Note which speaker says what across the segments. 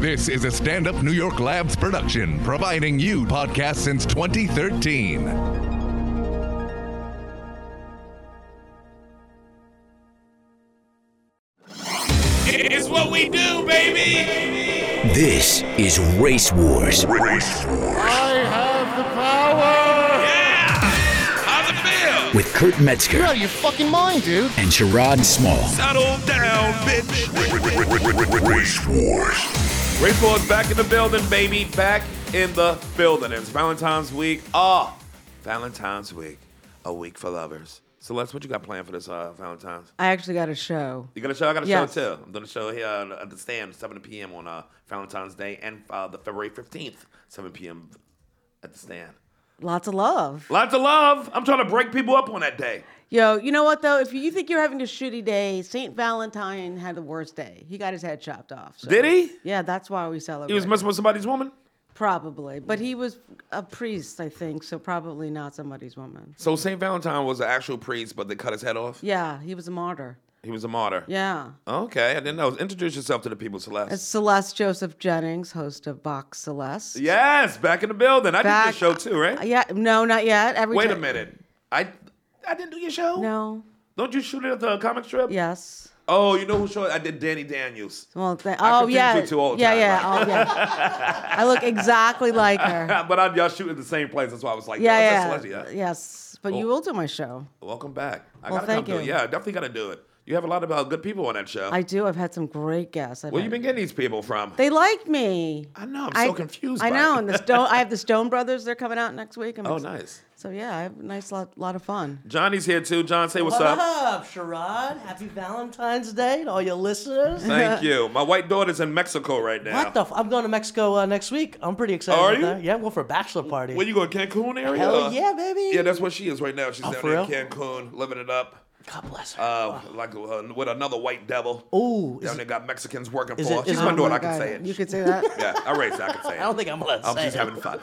Speaker 1: This is a stand up New York Labs production, providing you podcasts since 2013.
Speaker 2: It's what we do, baby.
Speaker 3: This is Race Wars
Speaker 2: Yeah. How's it feel?
Speaker 3: with Kurt Metzger
Speaker 4: out of your fucking mind, dude.
Speaker 3: and Sherrod Small.
Speaker 2: Settle down, bitch.
Speaker 5: Race Wars.
Speaker 2: Race Wars back in the building, baby. Back in the building. It's Valentine's week. Oh, Valentine's week. A week for lovers. So, Les, what you got planned for this uh, Valentine's?
Speaker 6: I actually got a show.
Speaker 2: You got a show? I got a
Speaker 6: Yes.
Speaker 2: show too. I'm doing a show here uh, at the stand, 7 p.m. on uh, Valentine's Day and uh, the February 15th, 7 p.m. at the stand.
Speaker 6: Lots of love.
Speaker 2: Lots of love. I'm trying to break people up on that day.
Speaker 6: Yo, you know what though? If you think you're having a shitty day, Saint Valentine had the worst day. He got his head chopped off. so-
Speaker 2: Did he?
Speaker 6: Yeah, that's why we celebrate.
Speaker 2: He was messing with somebody's woman.
Speaker 6: probably, but he was a priest, I think, so probably not somebody's woman.
Speaker 2: So Saint Valentine was an actual priest, but they cut his head off.
Speaker 6: Yeah, he was a martyr.
Speaker 2: He was a martyr.
Speaker 6: Yeah.
Speaker 2: Okay, I didn't know. Introduce yourself to the people, Celeste.
Speaker 6: It's Celeste Joseph Jennings, host of Box Celeste. Uh,
Speaker 2: yes, back in the building. I did your show too, right?
Speaker 6: Yeah. No, not yet. Every
Speaker 2: Wait
Speaker 6: ti-
Speaker 2: a minute. I I didn't do your show.
Speaker 6: No.
Speaker 2: Don't you shoot it at the comic strip?
Speaker 6: Yes.
Speaker 2: Oh, you know who showed? it? I did Danny Daniels.
Speaker 6: Well, th-
Speaker 2: I
Speaker 6: oh
Speaker 2: confuse
Speaker 6: yeah,
Speaker 2: you two all the
Speaker 6: yeah,
Speaker 2: time,
Speaker 6: yeah, oh, yeah. I look exactly like her.
Speaker 2: but I, y'all shoot at the same place. That's why I was like,
Speaker 6: Yeah,
Speaker 2: "Yo,
Speaker 6: yeah,
Speaker 2: that's Celeste,
Speaker 6: yes. But
Speaker 2: Oh.
Speaker 6: you will do my show.
Speaker 2: Welcome back. I
Speaker 6: Well,
Speaker 2: gotta
Speaker 6: thank
Speaker 2: come do it.
Speaker 6: you.
Speaker 2: Yeah, I definitely gotta do it. You have a lot of uh, good people on that show.
Speaker 6: I do. I've had some great guests. I've
Speaker 2: Where you
Speaker 6: had-
Speaker 2: been getting these people from?
Speaker 6: They like me.
Speaker 2: I know. I'm so
Speaker 6: I-
Speaker 2: confused.
Speaker 6: I
Speaker 2: by
Speaker 6: know.
Speaker 2: it.
Speaker 6: And the Stone, I have the Stone Brothers. They're coming out next week. I'm
Speaker 2: oh,
Speaker 6: ex-
Speaker 2: nice.
Speaker 6: So yeah, I have a nice lot, lot of fun.
Speaker 2: Johnny's here too. John, say what's
Speaker 7: What
Speaker 2: up.
Speaker 7: up, Sherrod? Happy Valentine's Day to all your listeners.
Speaker 2: Thank you. My white daughter's in Mexico right now.
Speaker 7: What the? F- I'm going to Mexico uh, next week. I'm pretty excited.
Speaker 2: Are
Speaker 7: about
Speaker 2: you?
Speaker 7: That. Yeah, I'm going for a bachelor party.
Speaker 2: Where you going, Cancun area? Uh,
Speaker 7: Hell yeah, baby.
Speaker 2: Yeah, that's where she is right now. She's
Speaker 7: Oh,
Speaker 2: down
Speaker 7: for
Speaker 2: there in
Speaker 7: real?
Speaker 2: Cancun, living it up.
Speaker 7: God bless her.
Speaker 2: Uh, like uh, with another white devil.
Speaker 7: Ooh, is
Speaker 2: down there got Mexicans working
Speaker 7: is
Speaker 2: for.
Speaker 7: it-
Speaker 2: her. She's
Speaker 7: is it-
Speaker 2: my
Speaker 7: Oh
Speaker 2: daughter.
Speaker 6: my
Speaker 2: I can
Speaker 6: God,
Speaker 2: say it.
Speaker 6: You could say that,
Speaker 2: yeah, I raised. I can say it.
Speaker 7: I don't think I'm allowed to
Speaker 2: I'm
Speaker 7: say
Speaker 2: just
Speaker 7: it.
Speaker 2: having fun.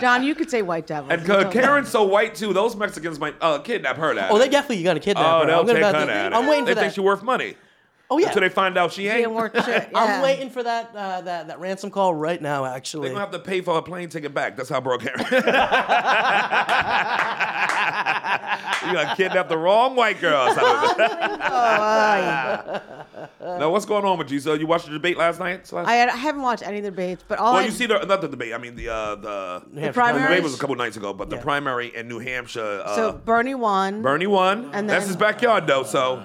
Speaker 6: John. You could say White Devil.
Speaker 2: And uh, Karen's so white too. Those Mexicans might uh, kidnap her. Now.
Speaker 7: Oh, they definitely got a kidnap
Speaker 2: Oh,
Speaker 7: her.
Speaker 2: they'll
Speaker 7: I'm, gonna
Speaker 2: take her
Speaker 7: about to-
Speaker 2: down.
Speaker 7: I'm waiting
Speaker 2: They
Speaker 7: for
Speaker 2: think
Speaker 7: that.
Speaker 2: she worth money.
Speaker 7: oh yeah.
Speaker 2: Until they find out she ain't.
Speaker 6: didn't work shit.
Speaker 7: I'm
Speaker 6: yeah.
Speaker 7: waiting for that uh, that that ransom call right now. Actually,
Speaker 2: They're gonna have to pay for her plane ticket back. That's how broke Karen. you gonna kidnap the wrong white girl. now, what's going on with you? So, you watched the debate last night? Celeste?
Speaker 6: I, had- I haven't watched any of the debates, but all
Speaker 2: well,
Speaker 6: I,
Speaker 2: you see the not the debate. I mean the uh, the
Speaker 7: New Hampshire
Speaker 6: primary-
Speaker 2: the
Speaker 7: primary.
Speaker 2: debate was a couple nights ago, but the
Speaker 7: Yeah.
Speaker 2: primary in New Hampshire. Uh,
Speaker 6: so Bernie won.
Speaker 2: Bernie won.
Speaker 6: And
Speaker 2: That's
Speaker 6: then-
Speaker 2: his backyard though. So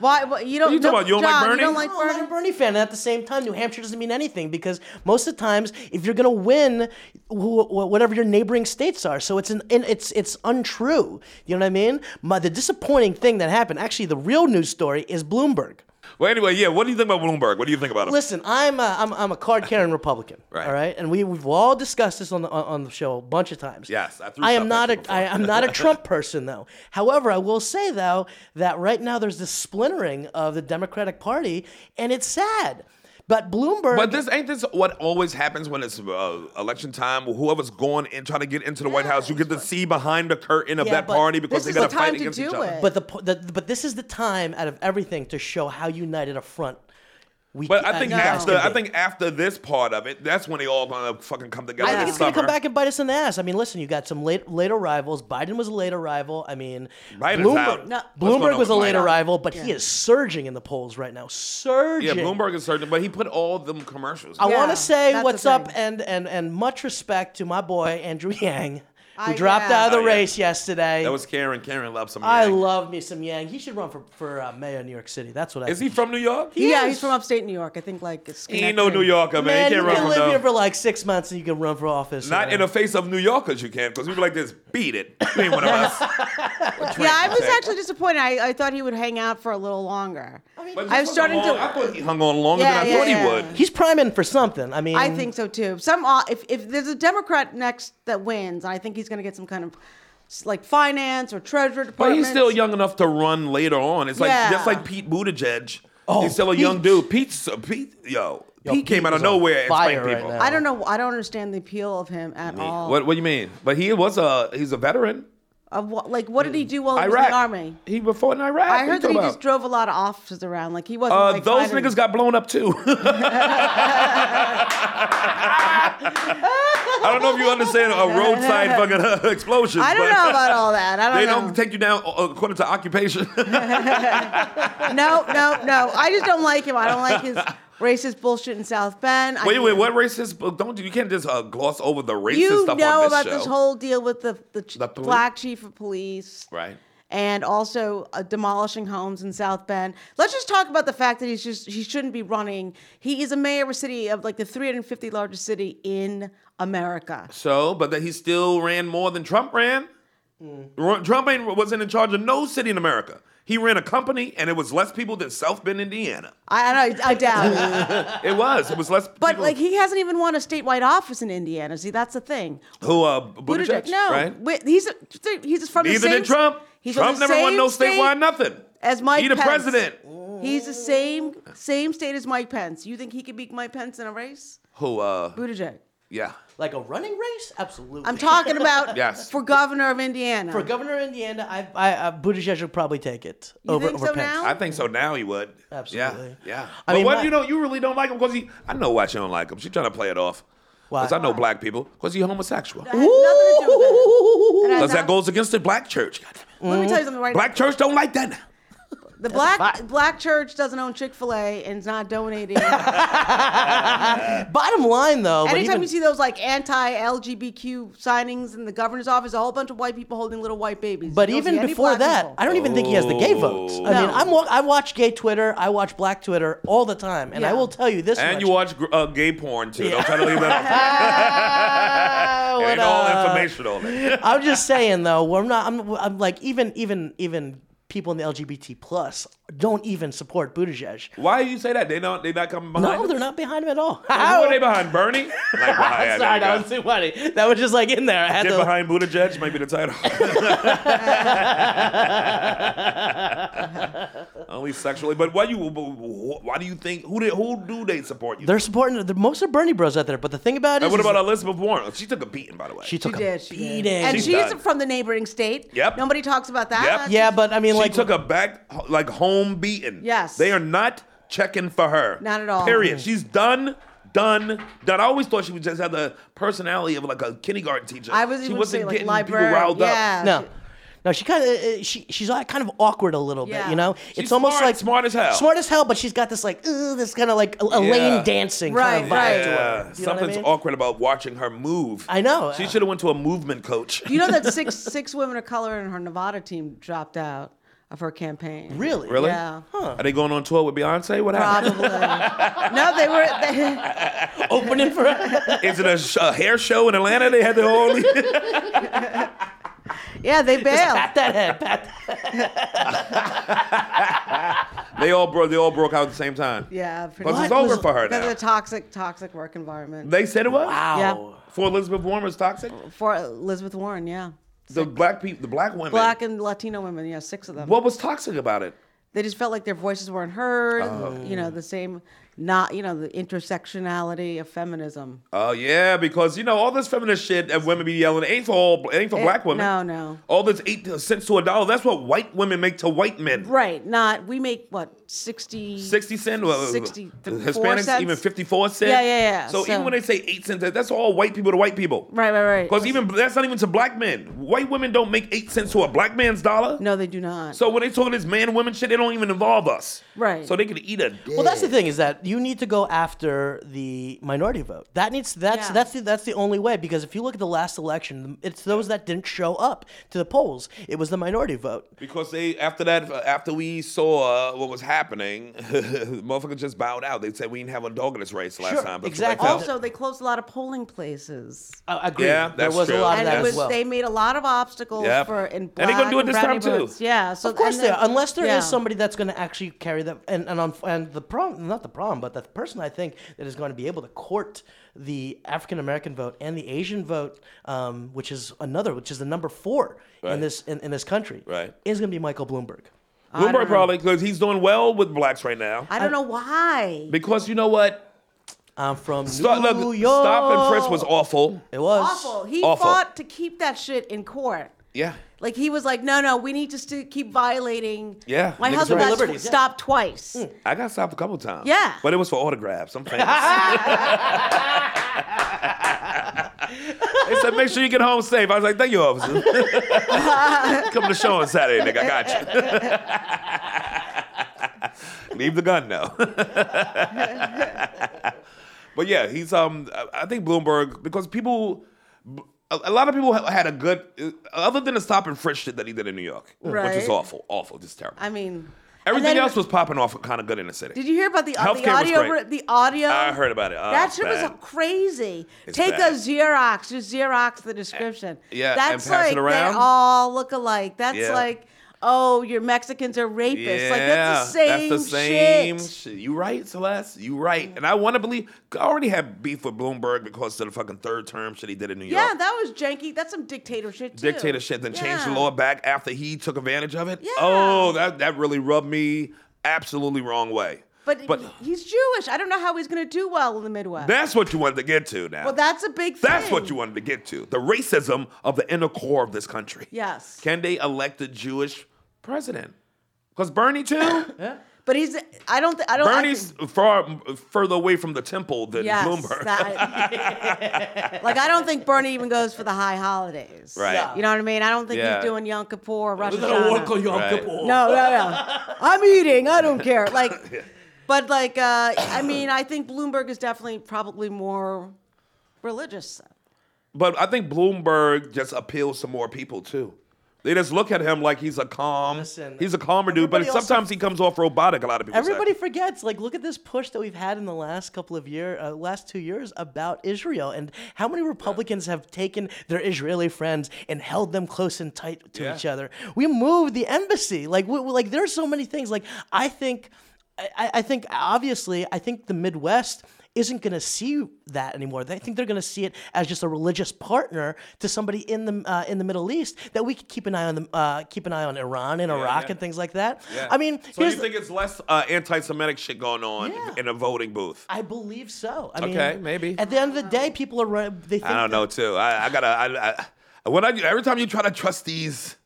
Speaker 6: Why? why- you don't.
Speaker 2: What are you talking
Speaker 6: no,
Speaker 2: about? You don't like
Speaker 6: John,
Speaker 2: Bernie?
Speaker 6: You don't like
Speaker 7: No, I'm not a
Speaker 6: Bernie?
Speaker 7: Bernie fan. And at the same time, New Hampshire doesn't mean anything because most of the times, if you're going to win, wh- wh- whatever your neighboring states are, so it's an and it's it's untrue. You know what I mean? My, the disappointing thing that happened, actually, the real news story is Bloomberg.
Speaker 2: well, anyway, yeah. What do you think about Bloomberg? What do you think about him?
Speaker 7: Listen, I'm a, I'm, I'm a card carrying Republican.
Speaker 2: Right.
Speaker 7: All right. And we, we've all discussed this on the, on on the show a bunch of times.
Speaker 2: Yes, I threw
Speaker 7: I am
Speaker 2: something
Speaker 7: not
Speaker 2: at
Speaker 7: a,
Speaker 2: you
Speaker 7: I,
Speaker 2: before.
Speaker 7: I'm not a Trump person, though. However, I will say, though, that right now there's this splintering of the Democratic Party, and it's sad. But Bloomberg.
Speaker 2: But this ain't this what always happens when it's uh, election time. Whoever's going and trying to get into the White House, you get to see behind the curtain of
Speaker 7: Yeah,
Speaker 2: that
Speaker 7: but
Speaker 2: party because they
Speaker 6: this
Speaker 2: got
Speaker 6: is
Speaker 2: to
Speaker 6: the
Speaker 2: fight
Speaker 6: time to
Speaker 2: against
Speaker 6: do
Speaker 2: each other.
Speaker 6: it.
Speaker 7: But the, po- the but this is the time out of everything to show how united a front. We.
Speaker 2: But I
Speaker 7: uh,
Speaker 2: think
Speaker 7: you guys
Speaker 2: after
Speaker 7: can
Speaker 2: I
Speaker 7: be.
Speaker 2: think after this part of it, that's when they all gonna fucking come together.
Speaker 7: I think
Speaker 2: this
Speaker 7: it's going to come
Speaker 2: summer.
Speaker 7: back and bite us in the ass. I mean, listen, you got some late late arrivals. Biden was a late arrival. I mean,
Speaker 2: Biden's out.
Speaker 7: Bloomberg,
Speaker 2: No. What's going
Speaker 7: Bloomberg
Speaker 2: on
Speaker 7: was a
Speaker 2: with
Speaker 7: late
Speaker 2: Biden?
Speaker 7: arrival, but he is surging in the polls right now.
Speaker 2: Yeah,
Speaker 7: Surging.
Speaker 2: Bloomberg is certain, but he put all them commercials.
Speaker 7: I
Speaker 6: Yeah,
Speaker 7: want to say
Speaker 6: that's
Speaker 7: what's
Speaker 6: the
Speaker 7: up
Speaker 6: thing.
Speaker 7: and, and and much respect to my boy Andrew Yang, who
Speaker 6: Ah,
Speaker 7: dropped
Speaker 6: yeah.
Speaker 7: out of the
Speaker 2: Oh, yeah.
Speaker 7: race yesterday.
Speaker 2: that was Karen. Karen loves some.
Speaker 7: I
Speaker 2: Yang.
Speaker 7: love me some Yang. He should run for for uh, mayor of New York City. That's what I.
Speaker 2: Is he
Speaker 7: think.
Speaker 2: from New York? He,
Speaker 6: Yeah,
Speaker 7: Yes.
Speaker 6: he's from upstate New York. I think like it's
Speaker 2: ain't no New Yorker, man.
Speaker 7: Man,
Speaker 2: he
Speaker 7: you
Speaker 2: can't run
Speaker 7: can
Speaker 2: from
Speaker 7: live
Speaker 2: no-
Speaker 7: here for like six months and you can run for office.
Speaker 2: Not in the face of New Yorkers, you can't, because we be like this. Beat it. You ain't one of us.
Speaker 6: Yeah, I was
Speaker 2: Okay.
Speaker 6: actually disappointed. I, I thought he would hang out for a little longer.
Speaker 2: But this
Speaker 6: I'm
Speaker 2: was a
Speaker 6: starting
Speaker 2: long-
Speaker 6: to-
Speaker 2: I thought he hung on longer
Speaker 6: Yeah,
Speaker 2: than I
Speaker 6: yeah,
Speaker 2: thought he
Speaker 6: yeah.
Speaker 2: would.
Speaker 7: He's priming for something. I mean,
Speaker 6: I think so too. Some au- if if there's a Democrat next that wins, I think he's going to get some kind of s- like finance or treasurer
Speaker 2: But
Speaker 6: department.
Speaker 2: he's still young enough to run later on. It's like
Speaker 6: Yeah.
Speaker 2: just like Pete Buttigieg.
Speaker 7: Oh,
Speaker 2: he's still a
Speaker 7: Pete.
Speaker 2: young dude. Pete's uh, Pete, yo,
Speaker 7: Yo,
Speaker 2: Pete came
Speaker 7: Pete
Speaker 2: out of
Speaker 7: is on
Speaker 2: nowhere and
Speaker 7: fire
Speaker 2: spanked
Speaker 7: right
Speaker 2: people.
Speaker 7: now.
Speaker 6: I don't know. I don't understand the appeal of him at all.
Speaker 2: What What do you mean? But he was a he's a veteran.
Speaker 6: Of what, like, what did he do while Oh, he was
Speaker 2: Iraq.
Speaker 6: in the army?
Speaker 2: He was fought in Iraq. What
Speaker 6: I
Speaker 2: you
Speaker 6: heard that
Speaker 2: talking
Speaker 6: he
Speaker 2: about?
Speaker 6: just drove a lot of officers around. Like he wasn't.
Speaker 2: Uh,
Speaker 6: like,
Speaker 2: those
Speaker 6: hiding.
Speaker 2: niggas got blown up too. I don't know if you understand a roadside fucking uh, explosion.
Speaker 6: I don't
Speaker 2: but
Speaker 6: know about all that. I don't
Speaker 2: They
Speaker 6: know.
Speaker 2: don't take you down uh, according to occupation.
Speaker 6: no, no, no. I just don't like him. I don't like his racist bullshit in South Bend. I
Speaker 2: wait, wait,
Speaker 6: mean,
Speaker 2: what racist? but Don't you can't just uh, gloss over the racist
Speaker 6: You
Speaker 2: stuff on
Speaker 6: know
Speaker 2: this
Speaker 6: about
Speaker 2: show,
Speaker 6: this whole deal with the the, ch-
Speaker 2: The poli-
Speaker 6: black chief of police,
Speaker 2: right?
Speaker 6: And also uh, demolishing homes in South Bend. Let's just talk about the fact that he's just he shouldn't be running. He is a mayor of a city of like the 350 largest city in America.
Speaker 2: So, but that he still ran more than Trump ran.
Speaker 6: Mm.
Speaker 2: Ru- Trump ain't wasn't in charge of no city in America. He ran a company, and it was less people than South Bend, Indiana.
Speaker 6: I, I, I doubt it.
Speaker 2: It was. It was less.
Speaker 6: But
Speaker 2: people
Speaker 6: like he hasn't even won a statewide office in Indiana. See, that's the thing.
Speaker 2: who uh, Buttigieg,
Speaker 6: no,
Speaker 2: right?
Speaker 6: Wait, he's he's from the
Speaker 2: Neither
Speaker 6: same.
Speaker 2: did Trump.
Speaker 6: He's from
Speaker 2: Trump
Speaker 6: the
Speaker 2: never won
Speaker 6: same
Speaker 2: no
Speaker 6: state
Speaker 2: statewide nothing.
Speaker 6: As Mike
Speaker 2: he the
Speaker 6: Pence.
Speaker 2: president.
Speaker 6: He's the same same state as Mike Pence. You think he could beat Mike Pence in a race?
Speaker 2: Who? Uh,
Speaker 6: Buttigieg.
Speaker 2: yeah.
Speaker 7: Like a running race? Absolutely.
Speaker 6: I'm talking about
Speaker 2: Yes.
Speaker 6: for governor of Indiana.
Speaker 7: For governor of Indiana, I, I, I Buttigieg should probably take it
Speaker 6: You
Speaker 7: over
Speaker 6: think
Speaker 7: over
Speaker 6: so
Speaker 7: Pence.
Speaker 6: now?
Speaker 2: I think so. Now he would.
Speaker 7: Absolutely.
Speaker 2: Yeah. yeah.
Speaker 7: I
Speaker 2: but
Speaker 7: mean,
Speaker 2: what
Speaker 7: my-
Speaker 2: you know, you really don't like him because he. I know why she don't like him. She trying to play it off.
Speaker 7: Why?
Speaker 2: Because I know black people. Because he homosexual.
Speaker 6: It has nothing to do with it. It has
Speaker 2: Because that
Speaker 6: not-
Speaker 2: goes against the black church. God damn
Speaker 6: Let me tell you something right
Speaker 2: it. Black church don't like that. now.
Speaker 6: now. The black black church doesn't own Chick Fil A and is not donating.
Speaker 7: Bottom line, though, Oh, but
Speaker 6: Anytime
Speaker 7: even-
Speaker 6: you see those like anti-LGBTQ signings in the governor's office, a whole bunch of white people holding little white babies.
Speaker 7: But
Speaker 6: You don't see
Speaker 7: even
Speaker 6: any
Speaker 7: before
Speaker 6: black
Speaker 7: that,
Speaker 6: people.
Speaker 7: I don't even think he has the gay
Speaker 2: Oh.
Speaker 7: votes. I mean,
Speaker 6: No.
Speaker 7: I'm wa- I watch gay Twitter, I watch black Twitter all the time, and I
Speaker 6: Yeah.
Speaker 7: will tell you this
Speaker 2: And
Speaker 7: much.
Speaker 2: you watch gr- uh, gay porn too. Don't try to leave that
Speaker 7: Ah,
Speaker 2: off.
Speaker 7: what
Speaker 2: ain't all
Speaker 7: up?
Speaker 2: information on it.
Speaker 7: I'm just saying though, we're not. I'm, I'm like even even even people in the LGBT plus don't even support Buttigieg.
Speaker 2: Why you say that? They not. They not coming behind.
Speaker 7: No,
Speaker 2: him?
Speaker 7: they're not behind him at all.
Speaker 2: Who are they behind? Bernie? Like,
Speaker 7: I'm sorry,
Speaker 2: behind, there you
Speaker 7: that was
Speaker 2: go.
Speaker 7: too funny. That was just like in there. I had
Speaker 2: Get
Speaker 7: to,
Speaker 2: behind Buttigieg might be the title. Only sexually, but why you? Why do you think who did who do they support you?
Speaker 7: They're supporting. They're, most are Bernie Bros out there, but the thing about it
Speaker 2: and
Speaker 7: is,
Speaker 2: what
Speaker 7: is
Speaker 2: about Elizabeth Warren? She took a beating, by the way.
Speaker 7: she took
Speaker 6: She
Speaker 7: a
Speaker 6: did. She
Speaker 7: beating.
Speaker 6: did. And
Speaker 2: She's
Speaker 6: she's,
Speaker 2: done.
Speaker 6: from the neighboring state.
Speaker 2: Yep.
Speaker 6: Nobody talks about that.
Speaker 2: Yep.
Speaker 6: That's
Speaker 7: yeah,
Speaker 6: just-
Speaker 7: but I mean,
Speaker 2: She
Speaker 7: like,
Speaker 2: took a back like home beating.
Speaker 6: Yes.
Speaker 2: they are not checking for her.
Speaker 6: Not at all.
Speaker 2: Period. She's done. Done, done. I always thought she would just have the personality of like a kindergarten teacher.
Speaker 6: I was
Speaker 2: she
Speaker 6: even
Speaker 2: wasn't
Speaker 6: saying, like,
Speaker 2: getting
Speaker 6: librarian.
Speaker 2: people riled
Speaker 6: Yeah.
Speaker 2: up.
Speaker 7: no. No, she kind of she she's like kind of awkward a little bit,
Speaker 6: Yeah.
Speaker 7: you know.
Speaker 2: She's
Speaker 7: it's almost
Speaker 2: smart,
Speaker 7: like
Speaker 2: smart as hell.
Speaker 7: smart as hell, but she's got this like "Ooh," this kind of like El- Elaine dancing kind of vibe
Speaker 6: Right, right.
Speaker 7: to her.
Speaker 2: Yeah,
Speaker 7: You know what I
Speaker 2: something's
Speaker 7: mean?
Speaker 2: awkward about watching her move.
Speaker 7: I know.
Speaker 2: She should have went to a movement coach.
Speaker 6: You know that six six women of color in her Nevada team dropped out of her campaign.
Speaker 7: Really?
Speaker 2: Really?
Speaker 6: Yeah.
Speaker 2: Are they going on tour with Beyonce? What happened?
Speaker 6: Probably. no, they were. They,
Speaker 7: Opening for
Speaker 2: Is it a, sh- a hair show in Atlanta? They had the whole.
Speaker 6: yeah, they bailed.
Speaker 7: pat that head, pat that.
Speaker 2: they all broke. They all broke out at the same time.
Speaker 6: Yeah, pretty
Speaker 2: Plus,
Speaker 6: much.
Speaker 2: it's over for her
Speaker 6: Because of
Speaker 2: now.
Speaker 6: the toxic, toxic work environment.
Speaker 2: they said it was.
Speaker 6: Yeah.
Speaker 2: For Elizabeth Warren was toxic.
Speaker 6: For Elizabeth Warren, yeah.
Speaker 2: The black people, the black women.
Speaker 6: Black and Latino women, yeah, six of them.
Speaker 2: What was toxic about it?
Speaker 6: They just felt like their voices weren't heard.
Speaker 2: Oh.
Speaker 6: You know, the same, not, you know, the intersectionality of feminism.
Speaker 2: Oh yeah, because you know all this feminist shit that women be yelling ain't for all, ain't for
Speaker 6: It-
Speaker 2: black women.
Speaker 6: no, no.
Speaker 2: All this eight uh, cents to a dollar. That's what white women make to white men.
Speaker 6: Right, not, we make what, 60?
Speaker 2: 60 cent, well,
Speaker 6: 64
Speaker 2: Hispanics
Speaker 6: cents?
Speaker 2: even 54 cent.
Speaker 6: Yeah, yeah, yeah.
Speaker 2: So, even
Speaker 6: So-
Speaker 2: when they say 8 cents, that's all white people to white people.
Speaker 6: Right, right, right.
Speaker 2: Because even that's not even to black men. White women don't make 8 cents to a black man's dollar.
Speaker 6: No, they do not.
Speaker 2: So when they talk this man woman shit, they don't even involve us.
Speaker 6: Right.
Speaker 2: So they could eat a dick.
Speaker 7: Well, that's the thing is that you need to go after the minority vote. That needs that's
Speaker 6: Yeah.
Speaker 7: that's the, that's the only way because if you look at the last election, it's those that didn't show up to the polls. It was the minority vote.
Speaker 2: Because they after that uh, after we saw uh, what was happening, motherfuckers just bowed out. They said we didn't have a dog in this race last
Speaker 7: Sure,
Speaker 2: time. but
Speaker 7: exactly.
Speaker 2: that's-
Speaker 6: also, they closed a lot of polling places.
Speaker 7: I agree.
Speaker 2: Yeah,
Speaker 7: there
Speaker 2: that's
Speaker 7: was
Speaker 2: true.
Speaker 7: a lot of
Speaker 6: and
Speaker 7: that
Speaker 6: it was,
Speaker 7: as well.
Speaker 6: they made a lot of obstacles
Speaker 2: Yep.
Speaker 6: for in
Speaker 2: And
Speaker 6: black
Speaker 2: they're gonna do it
Speaker 6: and
Speaker 2: this
Speaker 6: brown
Speaker 2: time, too.
Speaker 6: neighborhoods. Yeah, so
Speaker 7: of course
Speaker 6: and
Speaker 7: they
Speaker 6: then-
Speaker 7: are, unless there is
Speaker 6: yeah.
Speaker 7: somebody that's going to actually carry that. And and, on, and the problem, not the problem, but the person I think that is going to be able to court the African American vote and the Asian vote, um, which is another, which is the number four
Speaker 2: Right.
Speaker 7: in this in, in this country,
Speaker 2: Right.
Speaker 7: is going to be Michael Bloomberg.
Speaker 2: Bloomberg probably because he's doing well with blacks right now.
Speaker 6: I don't know why.
Speaker 2: Because you know what?
Speaker 7: I'm from
Speaker 2: Stop,
Speaker 7: New
Speaker 2: look,
Speaker 7: York.
Speaker 2: Stop and Frisk was awful.
Speaker 7: It was
Speaker 6: Awful. He
Speaker 2: Awful.
Speaker 6: fought to keep that shit in court.
Speaker 2: Yeah.
Speaker 6: Like he was like, no, no, we need to st- keep violating.
Speaker 2: Yeah,
Speaker 6: my
Speaker 2: niggas
Speaker 6: husband
Speaker 2: right.
Speaker 6: got
Speaker 7: Liberties, yeah.
Speaker 6: stopped twice.
Speaker 2: I got stopped a couple times.
Speaker 6: Yeah.
Speaker 2: But it was for autographs. I'm famous. they said, make sure you get home safe. I was like, thank you, officer. Come to the show on Saturday, nigga. I got you. Leave the gun now. but yeah, he's um. I- I think Bloomberg because people, a a lot of people ha- had a good, uh, other than the stop and frisk shit that he did in New York, which was
Speaker 6: Right.
Speaker 2: awful, awful, just terrible.
Speaker 6: I mean,
Speaker 2: Everything
Speaker 6: and then-
Speaker 2: else was popping off kind of good in the city.
Speaker 6: Did you hear about the, uh, the
Speaker 2: Healthcare was
Speaker 6: audio?
Speaker 2: great.
Speaker 6: re- The audio.
Speaker 2: I heard about it. Oh,
Speaker 6: that
Speaker 2: it's
Speaker 6: shit was
Speaker 2: bad.
Speaker 6: crazy. Take
Speaker 2: bad. Eh,
Speaker 6: a Xerox. Just Xerox the description.
Speaker 2: yeah, and
Speaker 6: that's
Speaker 2: pass it
Speaker 6: like
Speaker 2: around?
Speaker 6: they all look alike. That's
Speaker 2: Yeah.
Speaker 6: like, oh, your Mexicans are rapists. like that's the same.
Speaker 2: that's the same
Speaker 6: Shit.
Speaker 2: shit. You right, Celeste? You right. And I want to believe I already had beef with Bloomberg because of the fucking third term shit he did in New
Speaker 6: Yeah,
Speaker 2: York.
Speaker 6: that was janky. That's some dictator shit too.
Speaker 2: Dictator shit, then changed the
Speaker 6: Yeah.
Speaker 2: law back after he took advantage of it.
Speaker 6: Yeah.
Speaker 2: Oh, that that really rubbed me absolutely wrong way.
Speaker 6: But,
Speaker 2: but
Speaker 6: he's Jewish. I don't know how he's gonna do well in the Midwest.
Speaker 2: that's what you wanted to get to now.
Speaker 6: well, that's a big.
Speaker 2: That's
Speaker 6: thing.
Speaker 2: what you wanted to get to. The racism of the inner core of this country.
Speaker 6: Yes.
Speaker 2: Can they elect a Jewish president? Because Bernie too?
Speaker 6: But he's. I don't. Th- I don't. I
Speaker 2: Bernie's far further away from the temple than
Speaker 6: Yes,
Speaker 2: Bloomberg.
Speaker 6: that- like I don't think Bernie even goes for the high holidays.
Speaker 2: Right. Yeah.
Speaker 6: You know what I mean? I don't think
Speaker 2: Yeah.
Speaker 6: he's doing Yom Kippur, or Rosh
Speaker 7: We're gonna work
Speaker 6: Hashanah.
Speaker 7: on Yom
Speaker 2: Right.
Speaker 7: Kippur.
Speaker 6: No, no, no. I'm eating. I don't care. Like, but like, uh, I mean, I think Bloomberg is definitely probably more religious.
Speaker 2: but I think Bloomberg just appeals to more people too. They just look at him like he's a calm,
Speaker 7: Listen,
Speaker 2: he's a calmer dude. But
Speaker 7: everybody also-
Speaker 2: sometimes he comes off robotic. A lot of people. say.
Speaker 7: Everybody forgets. Like, look at this push that we've had in the last couple of year, uh, last two years about Israel, and how many Republicans have taken their Israeli friends and held them close and tight to
Speaker 2: Yeah.
Speaker 7: each other. We moved the embassy. Like, we, we- like there are so many things. Like, I think, I- I, I think obviously, I think the Midwest isn't going to see that anymore. They think they're going to see it as just a religious partner to somebody in the uh, in the Middle East that we could keep an eye on the uh, keep an eye on Iran and Iraq
Speaker 2: yeah.
Speaker 7: and things like that.
Speaker 2: Yeah.
Speaker 7: I mean,
Speaker 2: so you
Speaker 7: here's the-
Speaker 2: think it's less uh, anti-Semitic shit going on
Speaker 7: Yeah.
Speaker 2: in a voting booth?
Speaker 7: I believe so. I
Speaker 2: Okay,
Speaker 7: mean,
Speaker 2: maybe.
Speaker 7: At the end of the day, people are run. They think
Speaker 2: I don't know too. I, I gotta. I, I, when I every time you try to trust these,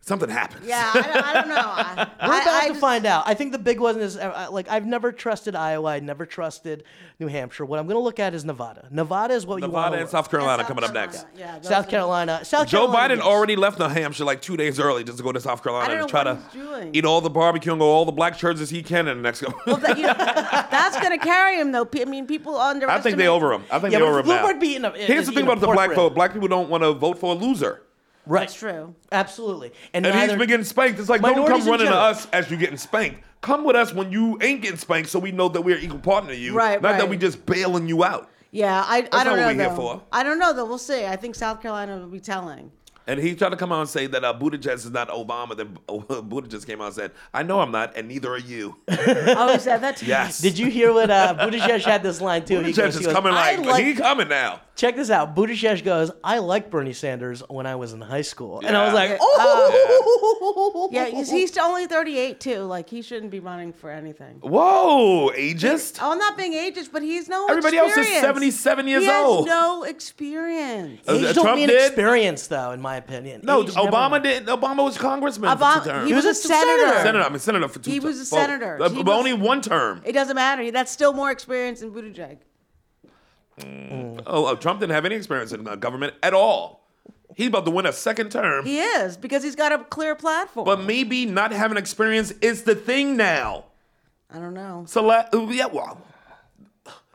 Speaker 2: something happens.
Speaker 6: Yeah, I don't, I don't know. I,
Speaker 7: We're
Speaker 6: I,
Speaker 7: about
Speaker 6: I
Speaker 7: to
Speaker 6: just-
Speaker 7: find out. I think the big one is uh, uh, like I've never trusted Iowa. I never trusted New Hampshire. What I'm going to look at is Nevada. Nevada is what
Speaker 2: Nevada
Speaker 7: you
Speaker 2: and
Speaker 7: want.
Speaker 2: South Carolina coming up
Speaker 6: Carolina.
Speaker 2: next.
Speaker 6: Yeah, those
Speaker 7: South
Speaker 6: are-
Speaker 7: Carolina. South
Speaker 2: Joe
Speaker 7: Carolina.
Speaker 2: Biden
Speaker 7: yes.
Speaker 2: already left New Hampshire like two days early just to go to South Carolina
Speaker 6: I don't
Speaker 2: and
Speaker 6: know
Speaker 2: try
Speaker 6: what he's
Speaker 2: to
Speaker 6: doing.
Speaker 2: eat all the barbecue and go all the black churches he can in the next couple.
Speaker 6: Well, that- you know, that's gonna carry him though. P- I mean, people
Speaker 2: I
Speaker 6: underestimate.
Speaker 2: think they over him. I think
Speaker 7: Yeah,
Speaker 2: they
Speaker 7: but
Speaker 2: over him now.
Speaker 7: Bloomberg beating up-
Speaker 2: Here's
Speaker 7: is
Speaker 2: the thing
Speaker 7: eating
Speaker 2: about the
Speaker 7: pork
Speaker 2: black
Speaker 7: rib.
Speaker 2: vote: black people don't want to vote for a loser,
Speaker 7: Right.
Speaker 6: That's true.
Speaker 7: Absolutely.
Speaker 2: and he's
Speaker 7: neither-
Speaker 2: been getting spanked. It's like don't come
Speaker 7: Minorities in
Speaker 2: running to
Speaker 7: general.
Speaker 2: us as you're getting spanked. Come with us when you ain't getting spanked, so we know that we're equal partner to you.
Speaker 6: Right,
Speaker 2: Not that
Speaker 6: right.
Speaker 2: we just bailing you out.
Speaker 6: Yeah, I, I
Speaker 2: not what
Speaker 6: don't know.
Speaker 2: we're here
Speaker 6: though.
Speaker 2: for.
Speaker 6: I don't know though. We'll see. I think South Carolina will be telling.
Speaker 2: And he tried to come out and say that uh, Buttigieg is not Obama. Then Buttigieg came out and said, "I know I'm not, and neither are you."
Speaker 6: Oh, he said that to
Speaker 2: Yes.
Speaker 7: Did you hear what uh, Buttigieg had this line too? He
Speaker 2: Buttigieg
Speaker 7: he
Speaker 2: is coming
Speaker 7: "I
Speaker 2: like, he coming now.
Speaker 7: Check this out. Buttigieg goes, I like Bernie Sanders when I was in high school. And I was
Speaker 2: Yeah.
Speaker 7: like, oh.
Speaker 6: Yeah, he's, he's only 38 too. Like he shouldn't be running for anything.
Speaker 2: Whoa, ageist.
Speaker 6: Oh, I'm not being ageist, but he's no.
Speaker 2: Everybody else is
Speaker 6: experience.
Speaker 2: 77 years
Speaker 6: he
Speaker 2: old.
Speaker 6: Has no experience.
Speaker 2: Uh,
Speaker 7: Age
Speaker 2: uh,
Speaker 7: don't
Speaker 2: Trump
Speaker 7: mean
Speaker 2: did?
Speaker 7: experience, though, in my opinion.
Speaker 2: No,
Speaker 7: Age never
Speaker 2: Obama
Speaker 7: matters.
Speaker 2: didn't. Obama was congressman for
Speaker 6: Obama-
Speaker 2: two terms.
Speaker 6: uh, he was a senator.
Speaker 2: Senator, I mean senator for two.
Speaker 6: He
Speaker 2: ter-
Speaker 6: was a
Speaker 2: well,
Speaker 6: senator.
Speaker 2: uh,
Speaker 6: He
Speaker 2: but
Speaker 6: was-
Speaker 2: only one term.
Speaker 6: It doesn't matter. That's still more experience than Buttigieg.
Speaker 2: Oh, uh, Trump didn't have any experience in uh, government at all. He's about to win a second term.
Speaker 6: He is because he's got a clear platform.
Speaker 2: but maybe not having experience is the thing now.
Speaker 6: I don't know.
Speaker 2: So la- uh, yeah, well,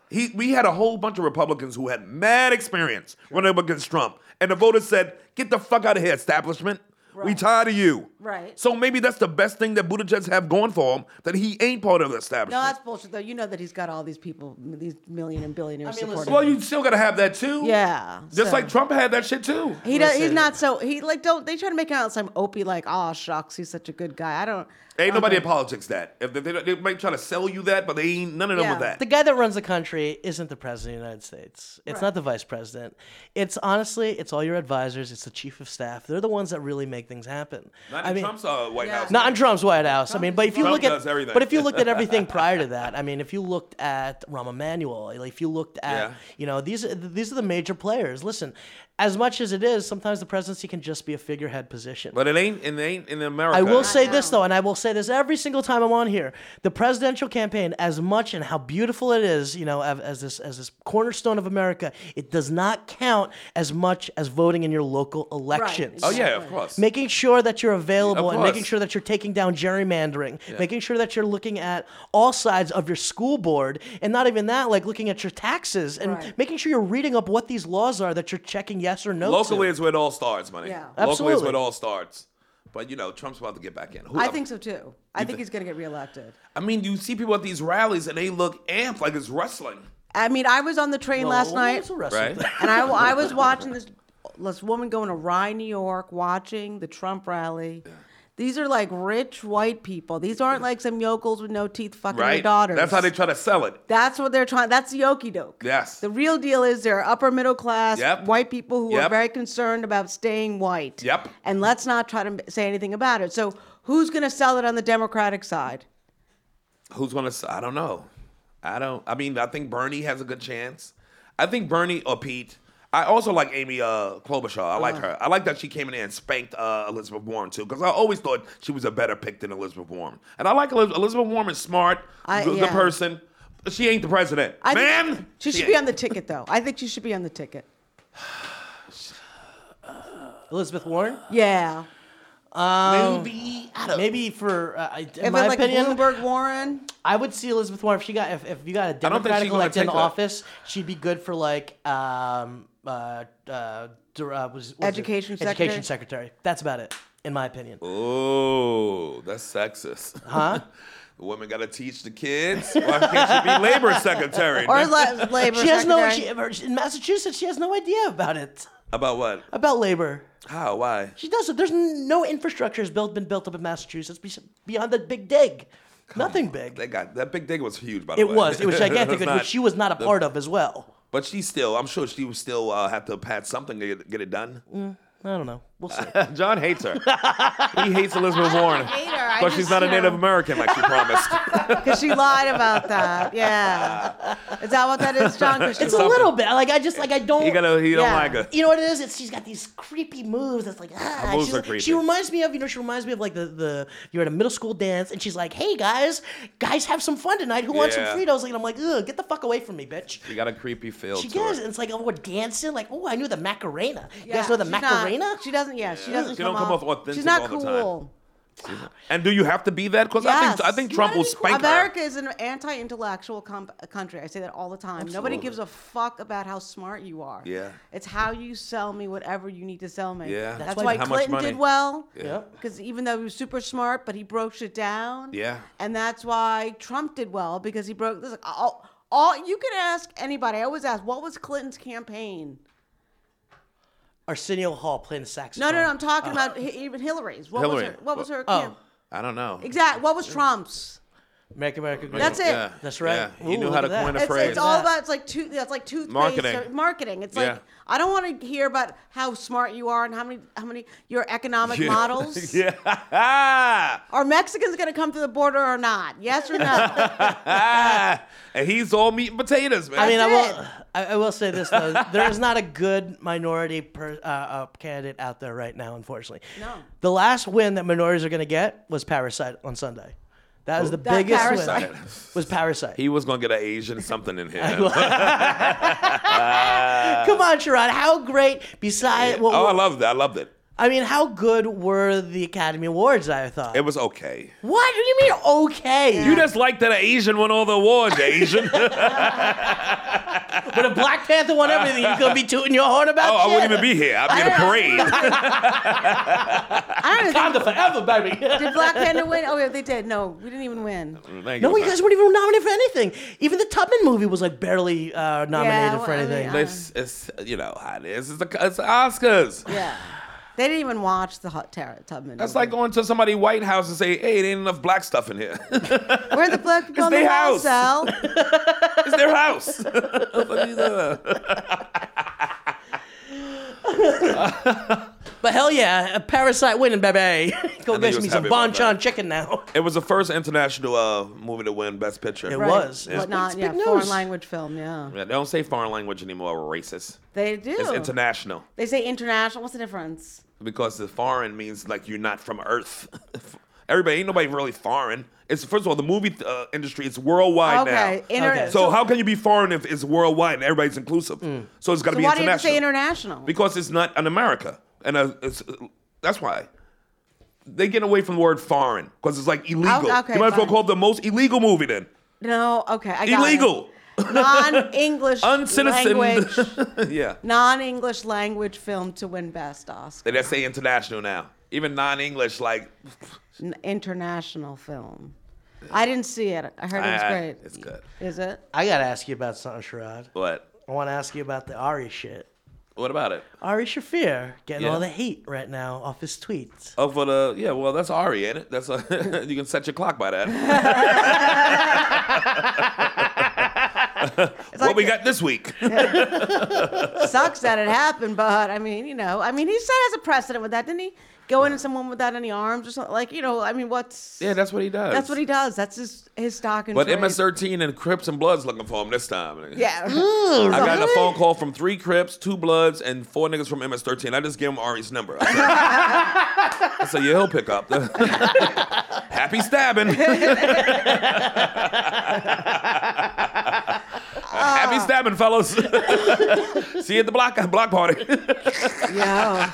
Speaker 2: he we had a whole bunch of Republicans who had mad experience running up against Trump, and the voters said, "Get the fuck out of here, establishment. We
Speaker 6: Right.
Speaker 2: tired of you."
Speaker 6: Right.
Speaker 2: So maybe that's the best thing that Buttigieg have going for him that he ain't part of the
Speaker 6: No,
Speaker 2: establishment.
Speaker 6: that's bullshit though. You know that he's got all these people, these million and billionaires
Speaker 7: mean, listen-
Speaker 6: supporting.
Speaker 2: Well,
Speaker 6: him.
Speaker 2: you still gotta have that too.
Speaker 6: yeah.
Speaker 2: Just
Speaker 6: so-
Speaker 2: like Trump had that shit too.
Speaker 6: He does, he's
Speaker 7: Listen.
Speaker 6: not so he like don't they try to make him out some opie like oh shucks he's such a good guy I don't
Speaker 2: Ain't nobody in politics that. If they, they, they might try to sell you that, but they ain't none of them
Speaker 6: Yeah.
Speaker 2: with that.
Speaker 7: The guy that runs the country isn't the president of the United States. It's not the vice president. It's honestly, it's all your advisors. It's the chief of staff. They're the ones that really make things happen.
Speaker 2: Not
Speaker 7: I
Speaker 2: in
Speaker 7: mean,
Speaker 2: Trump's uh, White
Speaker 6: Yeah.
Speaker 2: House.
Speaker 7: Not on Trump's White House. I mean, but if you
Speaker 2: Trump
Speaker 7: look at
Speaker 2: does everything.
Speaker 7: but if you looked at everything prior to that, I mean, if you looked at Rahm Emanuel, like, if you looked at
Speaker 2: Yeah.
Speaker 7: you know these are- these are the major players. Listen, as much as it is, sometimes the presidency can just be a figurehead position.
Speaker 2: But it ain't it ain't in America.
Speaker 7: I will say this though, and I will say this every single time I'm on here: the presidential campaign, as much and how beautiful it is, you know, av- as this as this cornerstone of America, it does not count as much as voting in your local elections.
Speaker 2: Oh yeah, of course.
Speaker 7: Making sure that you're available
Speaker 2: Of
Speaker 7: and making
Speaker 2: course.
Speaker 7: sure that you're taking down gerrymandering, making sure that you're looking at all sides of your school board, and not even that, like looking at your taxes and
Speaker 6: Right.
Speaker 7: making sure you're reading up what these laws are that you're checking yes or no.
Speaker 2: Locally
Speaker 7: to.
Speaker 2: is where it all starts, money.
Speaker 6: Yeah.
Speaker 2: Locally is
Speaker 7: Absolutely.
Speaker 2: where it all starts. But you know, Trump's about to get back in. Who-
Speaker 6: I think so too. I think he's going to get reelected.
Speaker 2: I mean, you see people at these rallies and they look amped like it's wrestling,
Speaker 6: I mean, I was on the train last
Speaker 7: Well,
Speaker 6: night,
Speaker 7: it's a wrestling
Speaker 2: right?
Speaker 7: thing.
Speaker 6: and I, I was watching this this woman going to Rye, New York, watching the Trump rally. These are like rich white people. These aren't like some yokels with no teeth fucking their
Speaker 2: right.
Speaker 6: daughters.
Speaker 2: That's how they try to sell it.
Speaker 6: That's what they're trying. That's the okey doke.
Speaker 2: Yes.
Speaker 6: The real deal is they're upper middle class
Speaker 2: Yep.
Speaker 6: white people who are
Speaker 2: Yep.
Speaker 6: very concerned about staying white.
Speaker 2: Yep.
Speaker 6: And let's not try to m- say anything about it. So who's going to sell it on the Democratic side?
Speaker 2: Who's gonna? s- I don't know. I don't. I mean, I think Bernie has a good chance. I think Bernie or Pete. I also like Amy uh, Klobuchar. I
Speaker 6: Uh-huh.
Speaker 2: like her. I like that she came in there and spanked uh, Elizabeth Warren too, because I always thought she was a better pick than Elizabeth Warren. And I like Elizabeth, Elizabeth Warren is smart,
Speaker 6: I-
Speaker 2: good,
Speaker 6: yeah.
Speaker 2: good person. But She ain't the president,
Speaker 6: I
Speaker 2: man.
Speaker 6: Think she should be on the ticket, though. I think she should be on the ticket.
Speaker 7: Elizabeth Warren.
Speaker 6: Yeah.
Speaker 2: movie. I don't.
Speaker 7: Maybe for uh, I- in
Speaker 6: If
Speaker 7: my
Speaker 6: it's like
Speaker 7: opinion,
Speaker 6: Bloomberg Warren,
Speaker 7: I would see Elizabeth Warren if she got if, if you got a
Speaker 2: don't think she's
Speaker 7: Democratic
Speaker 2: gonna
Speaker 7: elected in
Speaker 2: take that.
Speaker 7: office, she'd be good for like um uh uh, dir- uh was, was
Speaker 6: Education
Speaker 7: it? education secretary. That's about it, in my opinion.
Speaker 2: Oh, that's sexist. Huh? the women gotta teach the kids. Why can't she be labor secretary?
Speaker 6: or la- labor.
Speaker 7: She has no she,
Speaker 6: Secretary.
Speaker 7: her- in Massachusetts. She has no idea about it
Speaker 2: About what?
Speaker 7: about labor.
Speaker 2: How? Why?
Speaker 7: She doesn't. There's no infrastructure has built been built up in Massachusetts be- beyond the big dig. Nothing big.
Speaker 2: They got that big dig was huge. By the
Speaker 7: it
Speaker 2: way,
Speaker 7: was. It was gigantic,
Speaker 2: It's
Speaker 7: which she was not a part of as well.
Speaker 2: But she still, I'm sure she would still uh, have to pat something to get, get it done.
Speaker 7: I don't know. We'll see.
Speaker 2: John hates her. he hates Elizabeth Warren,
Speaker 6: hate her. I
Speaker 2: but
Speaker 6: just,
Speaker 2: she's not a
Speaker 6: you
Speaker 2: Native
Speaker 6: know.
Speaker 2: American like she promised.
Speaker 6: Because she lied about that. Yeah. Is that what that is, John? 'Cause she
Speaker 7: It's a little bit. Like I just like I don't.
Speaker 2: he gotta, he don't
Speaker 6: Yeah.
Speaker 2: like her.
Speaker 7: You know what it is? It's she's got these creepy moves. That's like ah.
Speaker 2: moves
Speaker 7: she's
Speaker 2: are
Speaker 7: like-
Speaker 2: creepy.
Speaker 7: She reminds me of you know she reminds me of like the the you're at a middle school dance and she's like, hey guys, guys have some fun tonight. Who wants some
Speaker 2: Yeah.
Speaker 7: Fritos? Like, and I'm like, ugh, get the fuck away from me, bitch.
Speaker 2: She got a creepy feel
Speaker 7: She
Speaker 2: to
Speaker 7: does,
Speaker 2: her.
Speaker 7: and it's like, oh, we're dancing. Like, oh, I knew the Macarena. You
Speaker 6: Yeah,
Speaker 7: guys know the
Speaker 6: she's not-
Speaker 7: Macarena?
Speaker 6: she doesn't. Yeah, she doesn't.
Speaker 2: She don't come off authentic
Speaker 6: She's not
Speaker 2: all the
Speaker 6: cool.
Speaker 2: time. And do you have to be that? Because I
Speaker 6: Yes.
Speaker 2: think I think
Speaker 6: You
Speaker 2: Trump
Speaker 6: gotta
Speaker 2: will
Speaker 6: be cool.
Speaker 2: spank her.
Speaker 6: America is an anti-intellectual com- country. I say that all the time. Nobody gives a fuck about how smart you are.
Speaker 2: Yeah.
Speaker 6: It's how you sell me whatever you need to sell me.
Speaker 2: Yeah.
Speaker 6: That's,
Speaker 7: That's
Speaker 6: why
Speaker 7: why-
Speaker 2: How much
Speaker 6: Clinton
Speaker 2: money?
Speaker 6: did well.
Speaker 7: Yeah.
Speaker 6: Because even though he was super smart, but he broke shit down.
Speaker 2: Yeah.
Speaker 6: And that's why Trump did well because he broke this. All, all you can ask anybody. I always ask, what was Clinton's campaign?
Speaker 7: Arsenio Hall playing the saxophone.
Speaker 6: No, no, no. I'm talking about hi- even Hillary's. What was
Speaker 2: Hillary.
Speaker 6: her? What was her?
Speaker 7: Oh.
Speaker 6: camp-
Speaker 2: I don't know.
Speaker 6: Exact. What was Trump's?
Speaker 7: America, America, great.
Speaker 6: That's it.
Speaker 7: That's right.
Speaker 2: Yeah. He
Speaker 7: Ooh,
Speaker 2: knew
Speaker 7: look
Speaker 2: how to
Speaker 7: at that.
Speaker 2: coin
Speaker 7: It's-
Speaker 2: a
Speaker 6: It's,
Speaker 2: phrase.
Speaker 6: it's all
Speaker 7: Yeah.
Speaker 6: about it's like two that's like toothpaste
Speaker 2: Marketing.
Speaker 6: or marketing. It's
Speaker 2: Yeah.
Speaker 6: like I don't want to hear about how smart you are and how many how many your economic
Speaker 2: Yeah.
Speaker 6: models.
Speaker 2: yeah.
Speaker 6: Are Mexicans going to come through the border or not? Yes or no?
Speaker 2: and he's all meat and potatoes, man.
Speaker 7: I mean, I
Speaker 6: That's
Speaker 7: will. I, I will say this though: there is not a good minority per, uh, uh, candidate out there right now, unfortunately.
Speaker 6: No.
Speaker 7: The last win that minorities are going to get was Parasite on Sunday. That was the
Speaker 6: That
Speaker 7: biggest
Speaker 6: Parasite.
Speaker 7: win. Was Parasite?
Speaker 2: he was gonna get an Asian something in here.
Speaker 7: Come on, Sharon. How great! Besides, well,
Speaker 2: oh, I loved it. I loved it.
Speaker 7: I mean, how good were the Academy Awards? I thought.
Speaker 2: It was okay.
Speaker 7: what? What do you mean okay?
Speaker 2: You just like that an Asian won all the awards, Asian. oh,
Speaker 7: But if Black Panther won everything, you're gonna be tooting your horn about
Speaker 2: Oh, I
Speaker 7: shit.
Speaker 2: wouldn't even be here. I'd be at a parade.
Speaker 6: I don't know.
Speaker 7: Wakanda forever, baby.
Speaker 6: Did Black Panther win? Oh yeah, they did. No, we didn't even win.
Speaker 2: Thank
Speaker 7: No, you
Speaker 2: man.
Speaker 7: guys weren't even nominated for anything. Even the Tubman movie was like barely uh, nominated
Speaker 6: well,
Speaker 7: for
Speaker 6: I mean,
Speaker 7: anything.
Speaker 6: uh,
Speaker 2: It's, it's you know how it is. It's, the, it's the Oscars.
Speaker 6: Yeah, they didn't even watch the Hot Tara Tubman.
Speaker 2: That's
Speaker 6: movie.
Speaker 2: like going to somebody White House and say, "Hey, it ain't enough black stuff in here.
Speaker 6: where the black people in
Speaker 2: their
Speaker 6: the house
Speaker 2: house.
Speaker 6: sell.
Speaker 2: it's their house." What do you do?
Speaker 7: But hell yeah, a parasite winning, baby. Go
Speaker 2: you
Speaker 7: get
Speaker 2: was
Speaker 7: me some
Speaker 2: happy about
Speaker 7: bonchon
Speaker 2: that.
Speaker 7: chicken now.
Speaker 2: It was the first international uh, movie to win Best Picture.
Speaker 7: It
Speaker 6: Right.
Speaker 7: was. It's
Speaker 6: Whatnot,
Speaker 7: big-
Speaker 6: yeah.
Speaker 7: it's big
Speaker 6: Foreign
Speaker 7: news.
Speaker 6: language film, yeah.
Speaker 2: Yeah, they don't say foreign language anymore. We're racist.
Speaker 6: They do.
Speaker 2: It's international
Speaker 6: They say international. What's the difference?
Speaker 2: because the foreign means like you're not from Earth. Everybody ain't nobody really foreign. It's first of all the movie uh, industry is worldwide
Speaker 6: Okay,
Speaker 2: now.
Speaker 6: inter- Okay.
Speaker 2: So how can you be foreign if it's worldwide and everybody's inclusive? So it's got to
Speaker 6: Mm. So
Speaker 2: be
Speaker 6: why do
Speaker 2: international.
Speaker 6: you have to say international?
Speaker 2: because it's not an America, and uh it's, that's why they get away from the word foreign because it's like illegal.
Speaker 6: Oh, okay,
Speaker 2: you might as well
Speaker 6: fine.
Speaker 2: call it the most illegal movie then.
Speaker 6: no, okay, I got it.
Speaker 2: Illegal.
Speaker 6: Non-English
Speaker 2: Uncitizen.
Speaker 6: language.
Speaker 2: yeah.
Speaker 6: Non-English language film to win Best Oscar.
Speaker 2: They just say international now. Even non-English, like
Speaker 6: N- international film. I didn't see it. I heard it was
Speaker 2: I- I-
Speaker 6: great.
Speaker 2: Ah, it's good.
Speaker 6: Is it?
Speaker 7: I gotta ask you about something, Sherrod.
Speaker 2: what?
Speaker 7: I want to ask you about the Ari shit.
Speaker 2: What about it?
Speaker 7: Ari Shafir getting
Speaker 2: Yeah.
Speaker 7: all the hate right now off his tweets.
Speaker 2: Oh, for the yeah. Well, that's Ari, ain't it? That's a, you can set your clock by that. what
Speaker 6: like-
Speaker 2: we got this week?
Speaker 6: Sucks that it happened, but I mean, you know, I mean, he set as a precedent with that, didn't he? Go into someone without any arms or something. Like, you know, I mean, what's
Speaker 2: yeah, that's what he does.
Speaker 6: that's what he does. That's his his stock and
Speaker 2: But
Speaker 6: trade.
Speaker 2: MS13 and Crips and Bloods looking for him this time.
Speaker 6: Yeah.
Speaker 2: I got a phone call from three Crips, two Bloods, and four niggas from MS13. I just gave him Ari's number. I said, I said, yeah, he'll pick up. Happy stabbing.
Speaker 6: Ah.
Speaker 2: Happy stabbing, fellas. See you at the block block party.
Speaker 6: yeah.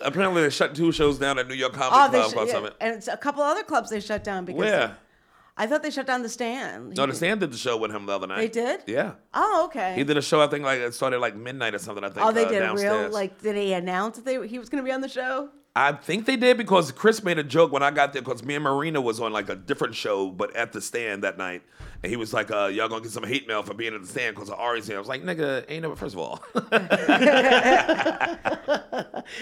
Speaker 2: Apparently, they shut two shows down at New York Comedy
Speaker 6: Oh,
Speaker 2: Club
Speaker 6: they shut,
Speaker 2: or
Speaker 6: yeah.
Speaker 2: something.
Speaker 6: and it's a couple other clubs they shut down because
Speaker 2: Where?
Speaker 6: I thought they shut down the stand.
Speaker 2: No, the Sand did the show with him the other night.
Speaker 6: They did?
Speaker 2: Yeah.
Speaker 6: Oh, okay.
Speaker 2: He did a show. I think like it started like midnight or something. I think.
Speaker 6: oh, they
Speaker 2: uh,
Speaker 6: did a
Speaker 2: downstairs.
Speaker 6: real like. Did he announce that they, he was going to be on the show?
Speaker 2: I think they did because Chris made a joke when I got there because me and Marina was on like a different show, but at the stand that night, and he was like, uh, "Y'all gonna get some hate mail for being at the stand because of Ari's here." I was like, "Nigga, ain't no." First of all,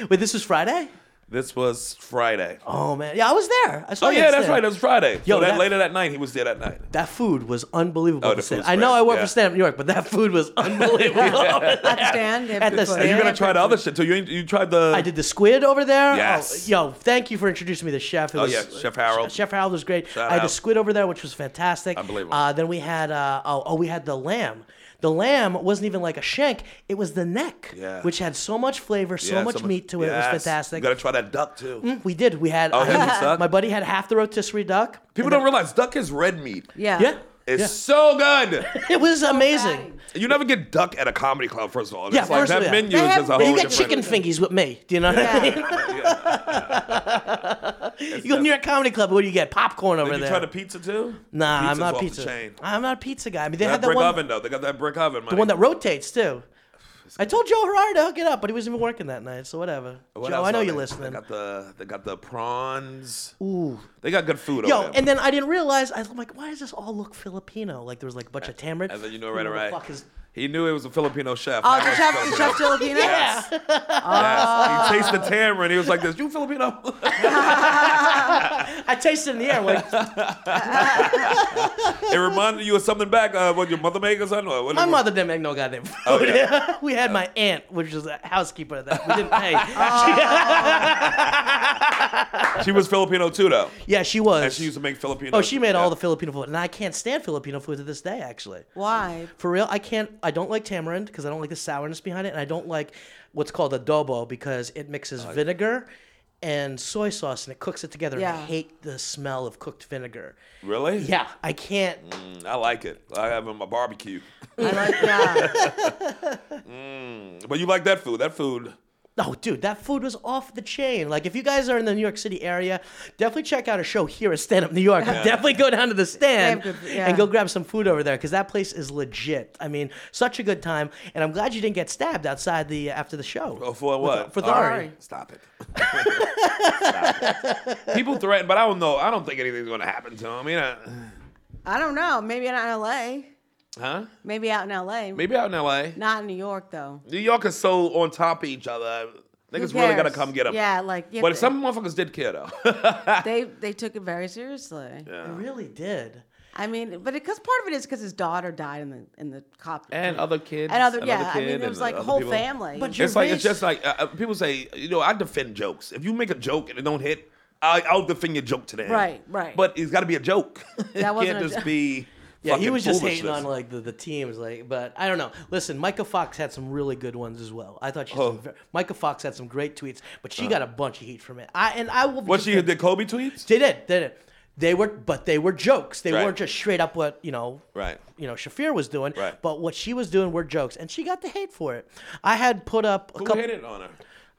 Speaker 7: Wait, this was Friday?
Speaker 2: this was Friday. Oh,
Speaker 7: Oh man, yeah, I was there. I saw you
Speaker 2: yeah,
Speaker 7: at
Speaker 2: that's
Speaker 7: Stan.
Speaker 2: right. It was Friday.
Speaker 7: Yo,
Speaker 2: so that,
Speaker 7: that-
Speaker 2: later that night, he was there that night.
Speaker 7: That food was unbelievable.
Speaker 2: Oh,
Speaker 7: at
Speaker 2: the
Speaker 7: the stand.
Speaker 2: food's
Speaker 7: I know
Speaker 2: great,
Speaker 7: I work
Speaker 2: yeah.
Speaker 7: for stand up New York, but that food was unbelievable.
Speaker 6: At the stand. they have
Speaker 7: At
Speaker 6: good
Speaker 7: the
Speaker 6: food.
Speaker 7: stand.
Speaker 2: And you're
Speaker 7: Yeah,
Speaker 2: gonna try the other shit too. You ain't- you tried the.
Speaker 7: I did the squid over there.
Speaker 2: Yes.
Speaker 7: Oh, yo, thank you for introducing me to Chef. It uh,
Speaker 2: Oh, yeah, Chef Harold.
Speaker 7: Chef Harold was great.
Speaker 2: Shout
Speaker 7: I had the
Speaker 2: out.
Speaker 7: squid over there, which was fantastic.
Speaker 2: Unbelievable.
Speaker 7: Uh, then we had uh, oh, oh we had the lamb. The lamb wasn't even like a shank; it was the neck,
Speaker 2: Yeah.
Speaker 7: which had so much flavor, so
Speaker 2: Yeah,
Speaker 7: much
Speaker 2: someone-
Speaker 7: meat to it. It
Speaker 2: Yes.
Speaker 7: was fantastic. Mm.
Speaker 2: You gotta try that duck too.
Speaker 7: We did. We had
Speaker 2: Oh,
Speaker 7: I
Speaker 2: yeah,
Speaker 7: had-
Speaker 2: you suck.
Speaker 7: my buddy had half the rotisserie duck.
Speaker 2: People
Speaker 7: And then-
Speaker 2: don't realize duck is red meat.
Speaker 6: Yeah.
Speaker 7: Yeah,
Speaker 2: It's so good.
Speaker 7: it was amazing.
Speaker 2: You never get duck at a comedy club, first of all.
Speaker 7: Yeah,
Speaker 2: It's like
Speaker 7: first of
Speaker 2: that
Speaker 7: all, yeah.
Speaker 2: menu
Speaker 6: They
Speaker 2: is
Speaker 6: have-
Speaker 2: just a
Speaker 6: But
Speaker 2: whole
Speaker 7: You got
Speaker 2: different-
Speaker 7: chicken fingies with me. Do you know? What I mean?
Speaker 6: Yeah.
Speaker 7: You go to New York Comedy Club. What do you get? Popcorn over
Speaker 2: Did you
Speaker 7: there.
Speaker 2: try the pizza too?
Speaker 7: nah,
Speaker 2: Pizza's
Speaker 7: I'm not
Speaker 2: off the
Speaker 7: pizza.
Speaker 2: chain.
Speaker 7: I'm not a pizza guy. I mean, they
Speaker 2: That,
Speaker 7: had that
Speaker 2: brick
Speaker 7: one.
Speaker 2: oven though. They got that brick oven.
Speaker 7: The one that rotates too. I told Joe Herrera to hook it up, but he wasn't even working that night, so whatever. Joe, I know you're
Speaker 2: They
Speaker 7: listening.
Speaker 2: got the they got the prawns. Ooh. They got good food.
Speaker 7: Yo,
Speaker 2: over there.
Speaker 7: and then I didn't realize. I was like, why does this all look Filipino? Like there was like a bunch of tamarind.
Speaker 2: and then you know right
Speaker 7: Who the
Speaker 2: away.
Speaker 7: fuck is-
Speaker 2: He knew it was a Filipino chef.
Speaker 6: Oh,
Speaker 2: Not
Speaker 6: the
Speaker 2: a
Speaker 6: chef, the
Speaker 2: Filipino.
Speaker 6: chef Filipino.
Speaker 2: Yes. yes. He
Speaker 7: Oh.
Speaker 2: tasted the tamarind. He was like, "This you Filipino?"
Speaker 7: I tasted it in the air. Like
Speaker 2: it reminded you of something back. Uh, what your mother make or something? Or what
Speaker 7: my
Speaker 2: it-
Speaker 7: mother didn't make no goddamn food.
Speaker 2: Oh,
Speaker 7: we had my aunt, which was a housekeeper at that. We didn't pay.
Speaker 2: She was Filipino too, though.
Speaker 7: yeah, she was.
Speaker 2: And she used to make Filipino.
Speaker 7: oh, she made all
Speaker 2: yeah.
Speaker 7: the Filipino food, and I can't stand Filipino food to this day. Actually,
Speaker 6: Why?
Speaker 7: For real, I can't. I don't like tamarind because I don't like the sourness behind it, and I don't like what's called adobo because it mixes
Speaker 2: Oh,
Speaker 7: vinegar and soy sauce and it cooks it together. And I
Speaker 6: Yeah.
Speaker 7: hate the smell of cooked vinegar.
Speaker 2: Really?
Speaker 7: Yeah, I can't.
Speaker 2: Mm, I like it. I have it in my barbecue.
Speaker 6: I like that.
Speaker 2: But you like that food. That food.
Speaker 7: No, dude, that food was off the chain. Like, if you guys are in the New York City area, definitely check out a show here at Stand Up New York. but Definitely go down to the stand
Speaker 6: They have good- yeah.
Speaker 7: and go grab some food over there because that place is legit. I mean, such a good time, and I'm glad you didn't get stabbed outside the after the show.
Speaker 2: Oh, for
Speaker 7: With-
Speaker 2: what?
Speaker 7: For the
Speaker 2: All
Speaker 7: Ari.
Speaker 2: right. Stop it. Stop it. People threaten, but I don't know. I don't think anything's going to happen to him. You know,
Speaker 6: I don't know. Maybe not in L.A.
Speaker 2: huh?
Speaker 6: Maybe out in L.A.
Speaker 2: Maybe out in L.A.
Speaker 6: Not in New York though.
Speaker 2: New York is so on top of each other. Niggas really got to
Speaker 6: cares?
Speaker 2: come get him.
Speaker 6: Yeah, like, yeah,
Speaker 2: But
Speaker 6: they-
Speaker 2: some motherfuckers did care though.
Speaker 6: They they took it very seriously.
Speaker 7: I really did.
Speaker 6: I mean, but because part of it is because his daughter died in the in the copter
Speaker 2: And other kids,
Speaker 6: and other
Speaker 2: another
Speaker 6: yeah. I mean,
Speaker 2: kid,
Speaker 6: it was
Speaker 2: and
Speaker 6: like
Speaker 2: other
Speaker 6: whole
Speaker 2: people.
Speaker 6: family.
Speaker 7: But
Speaker 2: it's like it's
Speaker 7: Gervais-
Speaker 2: just like uh, uh, people say. You know, I defend jokes. If you make a joke and it don't hit, I, I'll defend your joke today.
Speaker 6: Right, right.
Speaker 2: But it's got to be a joke. it
Speaker 6: wasn't
Speaker 2: can't
Speaker 6: a
Speaker 2: just
Speaker 6: joke.
Speaker 2: be.
Speaker 7: Yeah, he
Speaker 2: fucking
Speaker 7: was just hating
Speaker 2: foolishness.
Speaker 7: on like the, the teams, like. But I don't know. Listen, Micah Fox had some really good ones as well. I thought she. had
Speaker 2: Oh.
Speaker 7: Some, ver- Micah Fox had some great tweets, but she got a bunch of heat from it. I and I will.
Speaker 2: What she did Kobe tweets?
Speaker 7: They did. They did. They were, but they were jokes. They
Speaker 2: Right.
Speaker 7: weren't just straight up what you know.
Speaker 2: Right.
Speaker 7: You know, Shafir was doing.
Speaker 2: Right.
Speaker 7: But what she was doing were jokes, and she got the hate for it. I had put up a
Speaker 2: Who
Speaker 7: couple.
Speaker 2: hated on her?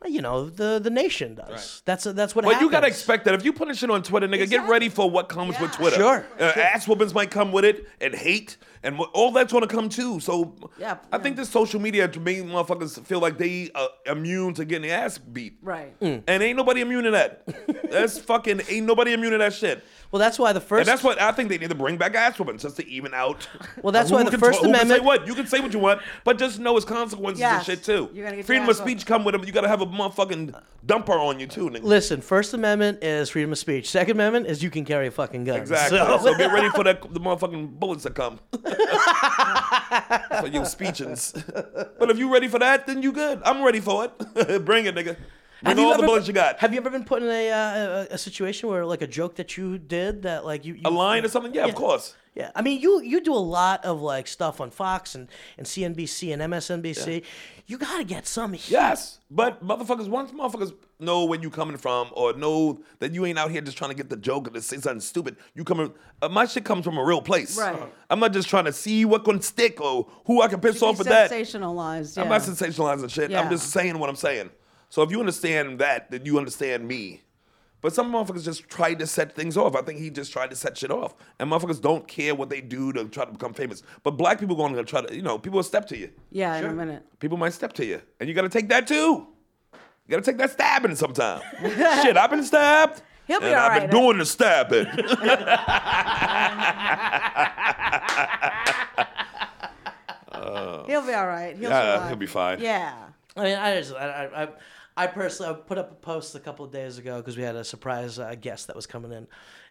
Speaker 7: You know, the the nation does.
Speaker 2: Right.
Speaker 7: That's that's what.
Speaker 2: But you gotta
Speaker 7: happens.
Speaker 2: expect that if you putting shit on Twitter, nigga, get
Speaker 6: Exactly.
Speaker 2: ready for what comes with
Speaker 6: Yeah.
Speaker 2: Twitter.
Speaker 7: Sure,
Speaker 2: Uh, ass whoopings might come with it, and hate, and wh- all that's gonna come too. So,
Speaker 6: Yeah,
Speaker 2: I
Speaker 6: yeah.
Speaker 2: think this social media to make motherfuckers feel like they uh, immune to getting their ass beat.
Speaker 6: right.
Speaker 2: And ain't nobody immune to that. that's fucking ain't nobody immune to that shit.
Speaker 7: Well, that's why the first.
Speaker 2: And that's what I think they need to bring back ass whoopings just to even out.
Speaker 7: Well, that's
Speaker 2: who
Speaker 7: why the
Speaker 2: can
Speaker 7: First
Speaker 2: who can
Speaker 7: Amendment-
Speaker 2: say what you can say what you want, but just know its consequences
Speaker 6: Yes.
Speaker 2: and shit too.
Speaker 6: You're gonna get your
Speaker 2: Freedom
Speaker 6: ass
Speaker 2: of speech come with them. You gotta have a motherfucking dumper on you too, nigga.
Speaker 7: Listen, First Amendment is freedom of speech. Second Amendment is you can carry a fucking gun.
Speaker 2: Exactly.
Speaker 7: So-
Speaker 2: So, get ready for that, the motherfucking bullets to come. for your speechings. But if you ready for that, then you good. I'm ready for it. Bring it, nigga. Bring all the bullets you got.
Speaker 7: Have you ever been put in a, uh, a a situation where like a joke that you did that like you, you
Speaker 2: a line or something? Yeah, of course.
Speaker 7: Yeah, I mean you you do a lot of like stuff on Fox and and CNBC and MSNBC. You gotta get some heat.
Speaker 2: Yes. But motherfuckers, once motherfuckers know where you coming from or know that you ain't out here just trying to get the joke or to say something stupid, you coming. Uh, my shit comes from a real place.
Speaker 6: Right.
Speaker 2: I'm not just trying to see what gonna stick or who I can piss
Speaker 6: Should
Speaker 2: off
Speaker 6: be
Speaker 2: with that.
Speaker 6: sensationalized. Yeah.
Speaker 2: I'm not sensationalizing shit.
Speaker 6: Yeah.
Speaker 2: I'm just saying what I'm saying. So if you understand that, then you understand me. But some motherfuckers just try to set things off. I think he just tried to set shit off. And motherfuckers don't care what they do to try to become famous. But black people going to try to, you know, people will step to you.
Speaker 6: yeah, in a minute.
Speaker 2: People might step to you. And you got to take that too. You got to take that stabbing sometime. shit, I've been stabbed.
Speaker 6: He'll be
Speaker 2: and
Speaker 6: all
Speaker 2: I've
Speaker 6: right.
Speaker 2: been doing the stabbing.
Speaker 6: He'll be all right. He'll,
Speaker 2: Oh. Yeah,
Speaker 6: survive.
Speaker 2: he'll be fine.
Speaker 6: Yeah.
Speaker 7: I mean, I just, I, I, I, I personally, I put up a post a couple of days ago because we had a surprise uh, guest that was coming in,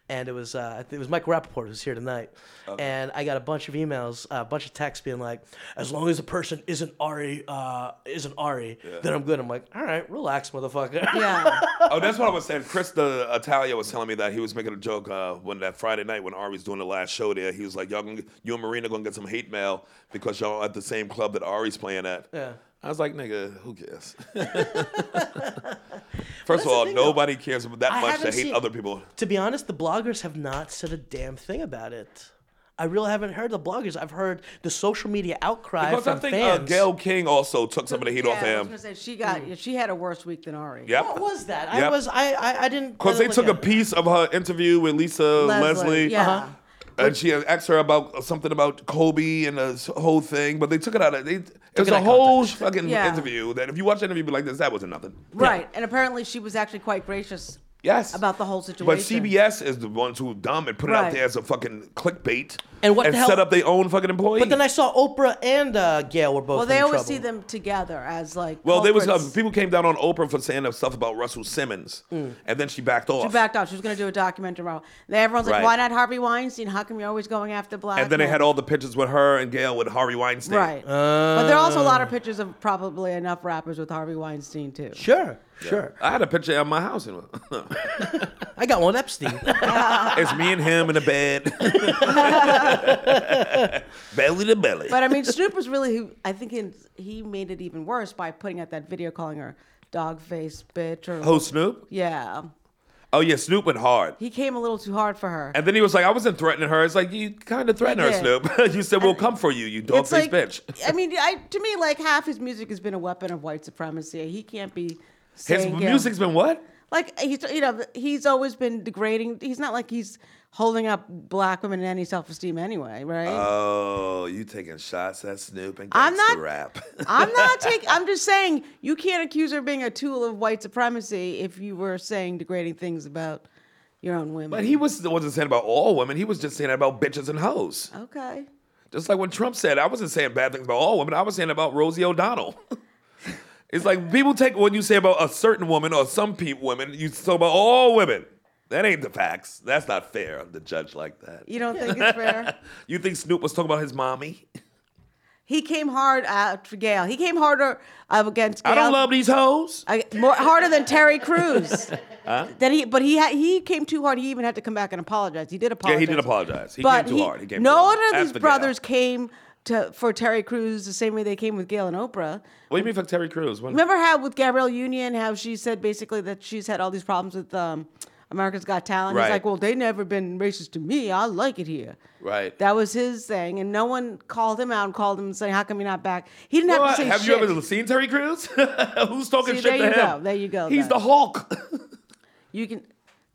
Speaker 7: and it was, uh, I think it was Mike Rappaport who's here tonight, and I got a bunch of emails, uh, a bunch of texts being like, as long as the person isn't Ari, uh, isn't Ari, then I'm good. I'm like, all right, relax, motherfucker.
Speaker 6: Yeah.
Speaker 2: Oh, that's what I was saying. Chris the Italia was telling me that he was making a joke uh, when that Friday night when Ari was doing the last show there. He was like, "Y'all, gonna, you and Marina gonna get some hate mail because y'all at the same club that Ari's playing at." Yeah. I was like, "Nigga, who cares?" First
Speaker 7: the
Speaker 2: of all,
Speaker 7: thing, though.
Speaker 2: nobody cares that
Speaker 7: I
Speaker 2: much to
Speaker 7: haven't
Speaker 2: hate
Speaker 7: seen-
Speaker 2: other people.
Speaker 7: to be honest, the bloggers have not said a damn thing about it. I really haven't heard the bloggers. I've heard the social media outcry
Speaker 2: Because I
Speaker 7: from
Speaker 2: think uh,
Speaker 7: fans.
Speaker 2: Gail King also took some of the heat
Speaker 6: yeah,
Speaker 2: off of
Speaker 6: I was
Speaker 2: him. Mm.
Speaker 6: gonna say she got yeah, she had a worse week than Ari.
Speaker 2: Yep.
Speaker 7: what was that? I
Speaker 2: Yep.
Speaker 7: was, I, I, I didn't.
Speaker 2: Because they
Speaker 7: look
Speaker 2: took
Speaker 7: at
Speaker 2: a
Speaker 7: it.
Speaker 2: piece of her interview with Lisa
Speaker 6: Leslie,
Speaker 2: Leslie. uh-huh.
Speaker 6: yeah.
Speaker 2: And she had asked her about something about Kobe and the whole thing, but they took it out of they. It was
Speaker 7: it
Speaker 2: a
Speaker 7: out of
Speaker 2: whole fucking
Speaker 6: Yeah.
Speaker 2: interview that if you watch the interview, you'd be like this, that wasn't nothing.
Speaker 6: Right. And apparently she was actually quite gracious.
Speaker 2: Yes.
Speaker 6: About the whole situation.
Speaker 2: But CBS is the ones who dumb and put it
Speaker 6: Right.
Speaker 2: out there as a fucking clickbait
Speaker 7: And what the hell-
Speaker 2: set up their own fucking employee.
Speaker 7: But then I saw Oprah and uh, Gail were both.
Speaker 6: Well, they
Speaker 7: in
Speaker 6: always
Speaker 7: trouble.
Speaker 6: see them together as like.
Speaker 2: well, there was uh,
Speaker 6: culprits.
Speaker 2: people came down on Oprah for saying stuff about Russell Simmons, and then she backed off.
Speaker 6: Mm. She backed out. She was going to do a documentary. About and everyone's like,
Speaker 2: Right.
Speaker 6: "Why not Harvey Weinstein? How come you're always going after black?"
Speaker 2: and then they
Speaker 6: men?"
Speaker 2: had all the pictures with her and Gail with Harvey Weinstein.
Speaker 6: right. but there are also a lot of pictures of probably enough rappers with Harvey Weinstein too.
Speaker 7: Sure, sure.
Speaker 2: I had a picture at my house. And
Speaker 7: I got one Epstein.
Speaker 2: it's me and him in a bed, belly to belly.
Speaker 6: But I mean, Snoop was really. who- I think he, he made it even worse by putting out that video calling her dog face bitch or.
Speaker 2: Who Snoop?
Speaker 6: Yeah,
Speaker 2: Oh yeah, Snoop went hard.
Speaker 6: he came a little too hard for her.
Speaker 2: And then he was like, I wasn't threatening her. It's like you kind of threatened her,
Speaker 6: Yeah.
Speaker 2: Snoop. you said we'll come for you, you dog
Speaker 6: It's
Speaker 2: face
Speaker 6: like,
Speaker 2: bitch.
Speaker 6: I mean, I, to me, like half his music has been a weapon of white supremacy. He can't be.
Speaker 2: His
Speaker 6: saying, yeah.
Speaker 2: music's been what?
Speaker 6: like he's you know he's always been degrading. He's not like he's holding up black women in any self esteem anyway, right?
Speaker 2: Oh, you taking shots at Snoop and
Speaker 6: I'm
Speaker 2: gangsta
Speaker 6: not-
Speaker 2: rap.
Speaker 6: I'm not taking. I'm just saying you can't accuse her of being a tool of white supremacy if you were saying degrading things about your own women.
Speaker 2: but he was wasn't saying about all women. He was just saying about bitches and hoes.
Speaker 6: okay.
Speaker 2: Just like when Trump said, I wasn't saying bad things about all women. I was saying about Rosie O'Donnell. it's like people take what you say about a certain woman or some people women. You so about all women. That ain't the facts. That's not fair to judge like that.
Speaker 6: You don't think it's fair?
Speaker 2: You think Snoop was talking about his mommy?
Speaker 6: He came hard at Gail. He came harder uh, against Gail.
Speaker 2: I don't love these hoes.
Speaker 6: I, more harder than Terry Crews. That he, but he had, he came too hard. He even had to come back and apologize. He did apologize.
Speaker 2: Yeah, he did apologize. He
Speaker 6: but
Speaker 2: came too
Speaker 6: he-
Speaker 2: hard. He came
Speaker 6: no
Speaker 2: too hard.
Speaker 6: one
Speaker 2: As
Speaker 6: of these
Speaker 2: for Gayle.
Speaker 6: brothers came to for Terry Crews the same way they came with Gail and Oprah.
Speaker 2: What do you mean for Terry Crews? What-
Speaker 6: Remember how with Gabrielle Union, how she said basically that she's had all these problems with um, America's Got Talent. He's
Speaker 2: Right.
Speaker 6: like, well, they never been racist to me. I like it here.
Speaker 2: Right.
Speaker 6: That was his thing, and no one called him out and called him and saying, "How come you're not back?" He didn't have
Speaker 2: What?
Speaker 6: to say
Speaker 2: Have
Speaker 6: shit.
Speaker 2: you ever seen Terry Crews? Who's talking
Speaker 6: See,
Speaker 2: shit
Speaker 6: there
Speaker 2: to
Speaker 6: you
Speaker 2: him?
Speaker 6: go. There you go,
Speaker 2: He's the
Speaker 6: then.
Speaker 2: Hulk.
Speaker 6: You can.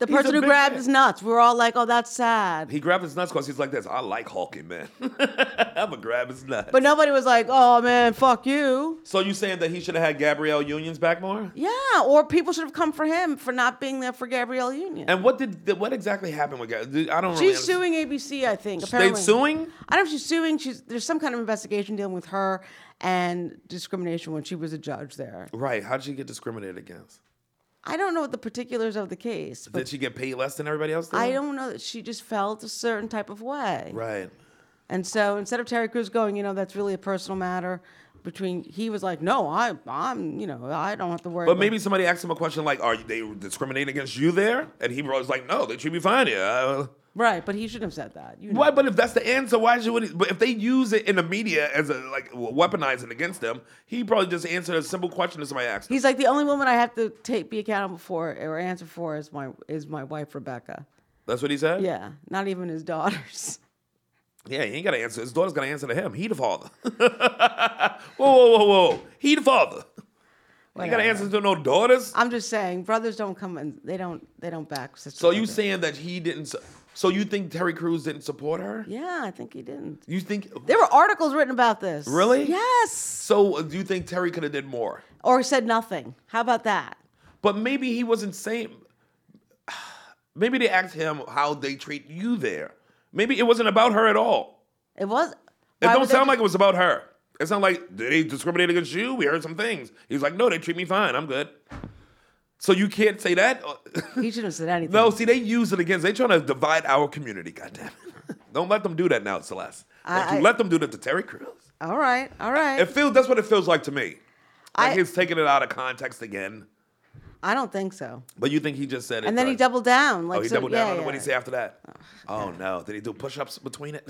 Speaker 6: The
Speaker 2: a
Speaker 6: person who
Speaker 2: big
Speaker 6: grabbed
Speaker 2: man.
Speaker 6: his nuts, we were all like, "Oh, that's sad."
Speaker 2: he grabbed his nuts because he's like this. I like hulking, man. I'm gonna grab his nuts.
Speaker 6: but nobody was like, "Oh man, fuck you."
Speaker 2: so you saying that he should have had Gabrielle Union's back more?
Speaker 6: Yeah, or people should have come for him for not being there for Gabrielle Union.
Speaker 2: And what did what exactly happened with Gabrielle? I don't. really
Speaker 6: she's suing ABC, I think.
Speaker 2: They
Speaker 6: Apparently,
Speaker 2: suing?
Speaker 6: I don't know if she's suing. She's there's some kind of investigation dealing with her and discrimination when she was a judge there.
Speaker 2: Right. How did she get discriminated against?
Speaker 6: I don't know what the particulars of the case, but
Speaker 2: Did she get paid less than everybody else? Did?
Speaker 6: I don't know that she just felt a certain type of way.
Speaker 2: Right.
Speaker 6: And so instead of Terry Crews going, you know, that's really a personal matter between, he was like, no, I, I'm, you know, I don't have to worry.
Speaker 2: But
Speaker 6: about-
Speaker 2: maybe somebody asked him a question like, "Are they discriminating against you there?" And he was like, "No, they treat me fine here." Uh,
Speaker 6: right, but he shouldn't have said that. You know.
Speaker 2: Why? But if that's the answer, why should? He, but if they use it in the media as a like weaponizing against them, he probably just answered a simple question that somebody asked. Him.
Speaker 6: He's like the only woman I have to take be accountable for or answer for is my is my wife Rebecca.
Speaker 2: That's what he said.
Speaker 6: Yeah, not even his daughters.
Speaker 2: Yeah, he ain't got to answer. His daughter's got to answer to him. He the father. whoa, whoa, whoa, whoa. He the father. He ain't got to answer to no daughters.
Speaker 6: I'm just saying, brothers don't come and they don't they don't back. Sisters
Speaker 2: So
Speaker 6: like
Speaker 2: you
Speaker 6: that.
Speaker 2: saying that he didn't? su- So you think Terry Crews didn't support her?
Speaker 6: Yeah, I think he didn't.
Speaker 2: You think?
Speaker 6: There were articles written about this.
Speaker 2: Really?
Speaker 6: Yes.
Speaker 2: So uh, do you think Terry could have did more?
Speaker 6: Or said nothing. How about that?
Speaker 2: But maybe he wasn't saying. Maybe they asked him how they treat you there. Maybe it wasn't about her at all.
Speaker 6: It was.
Speaker 2: It don't sound like it was about her. It sounded like did they discriminate against you? We heard some things. He's like, no, they treat me fine. I'm good. So you can't say that.
Speaker 6: he shouldn't have said anything.
Speaker 2: no, see, they use it against. They trying to divide our community. Goddamn it! Don't let them do that now, Celeste. Don't
Speaker 6: I-
Speaker 2: you
Speaker 6: I-
Speaker 2: let them do that to Terry Crews.
Speaker 6: All right. All right.
Speaker 2: It feels that's what it feels like to me. Like
Speaker 6: I-
Speaker 2: he's taking it out of context again.
Speaker 6: I don't think so.
Speaker 2: But you think he just said it?
Speaker 6: And then he
Speaker 2: right?
Speaker 6: doubled down. Like
Speaker 2: oh, he
Speaker 6: so,
Speaker 2: doubled
Speaker 6: yeah,
Speaker 2: down on it.
Speaker 6: yeah.
Speaker 2: What did he say after that? Oh no! Did he do push-ups between it?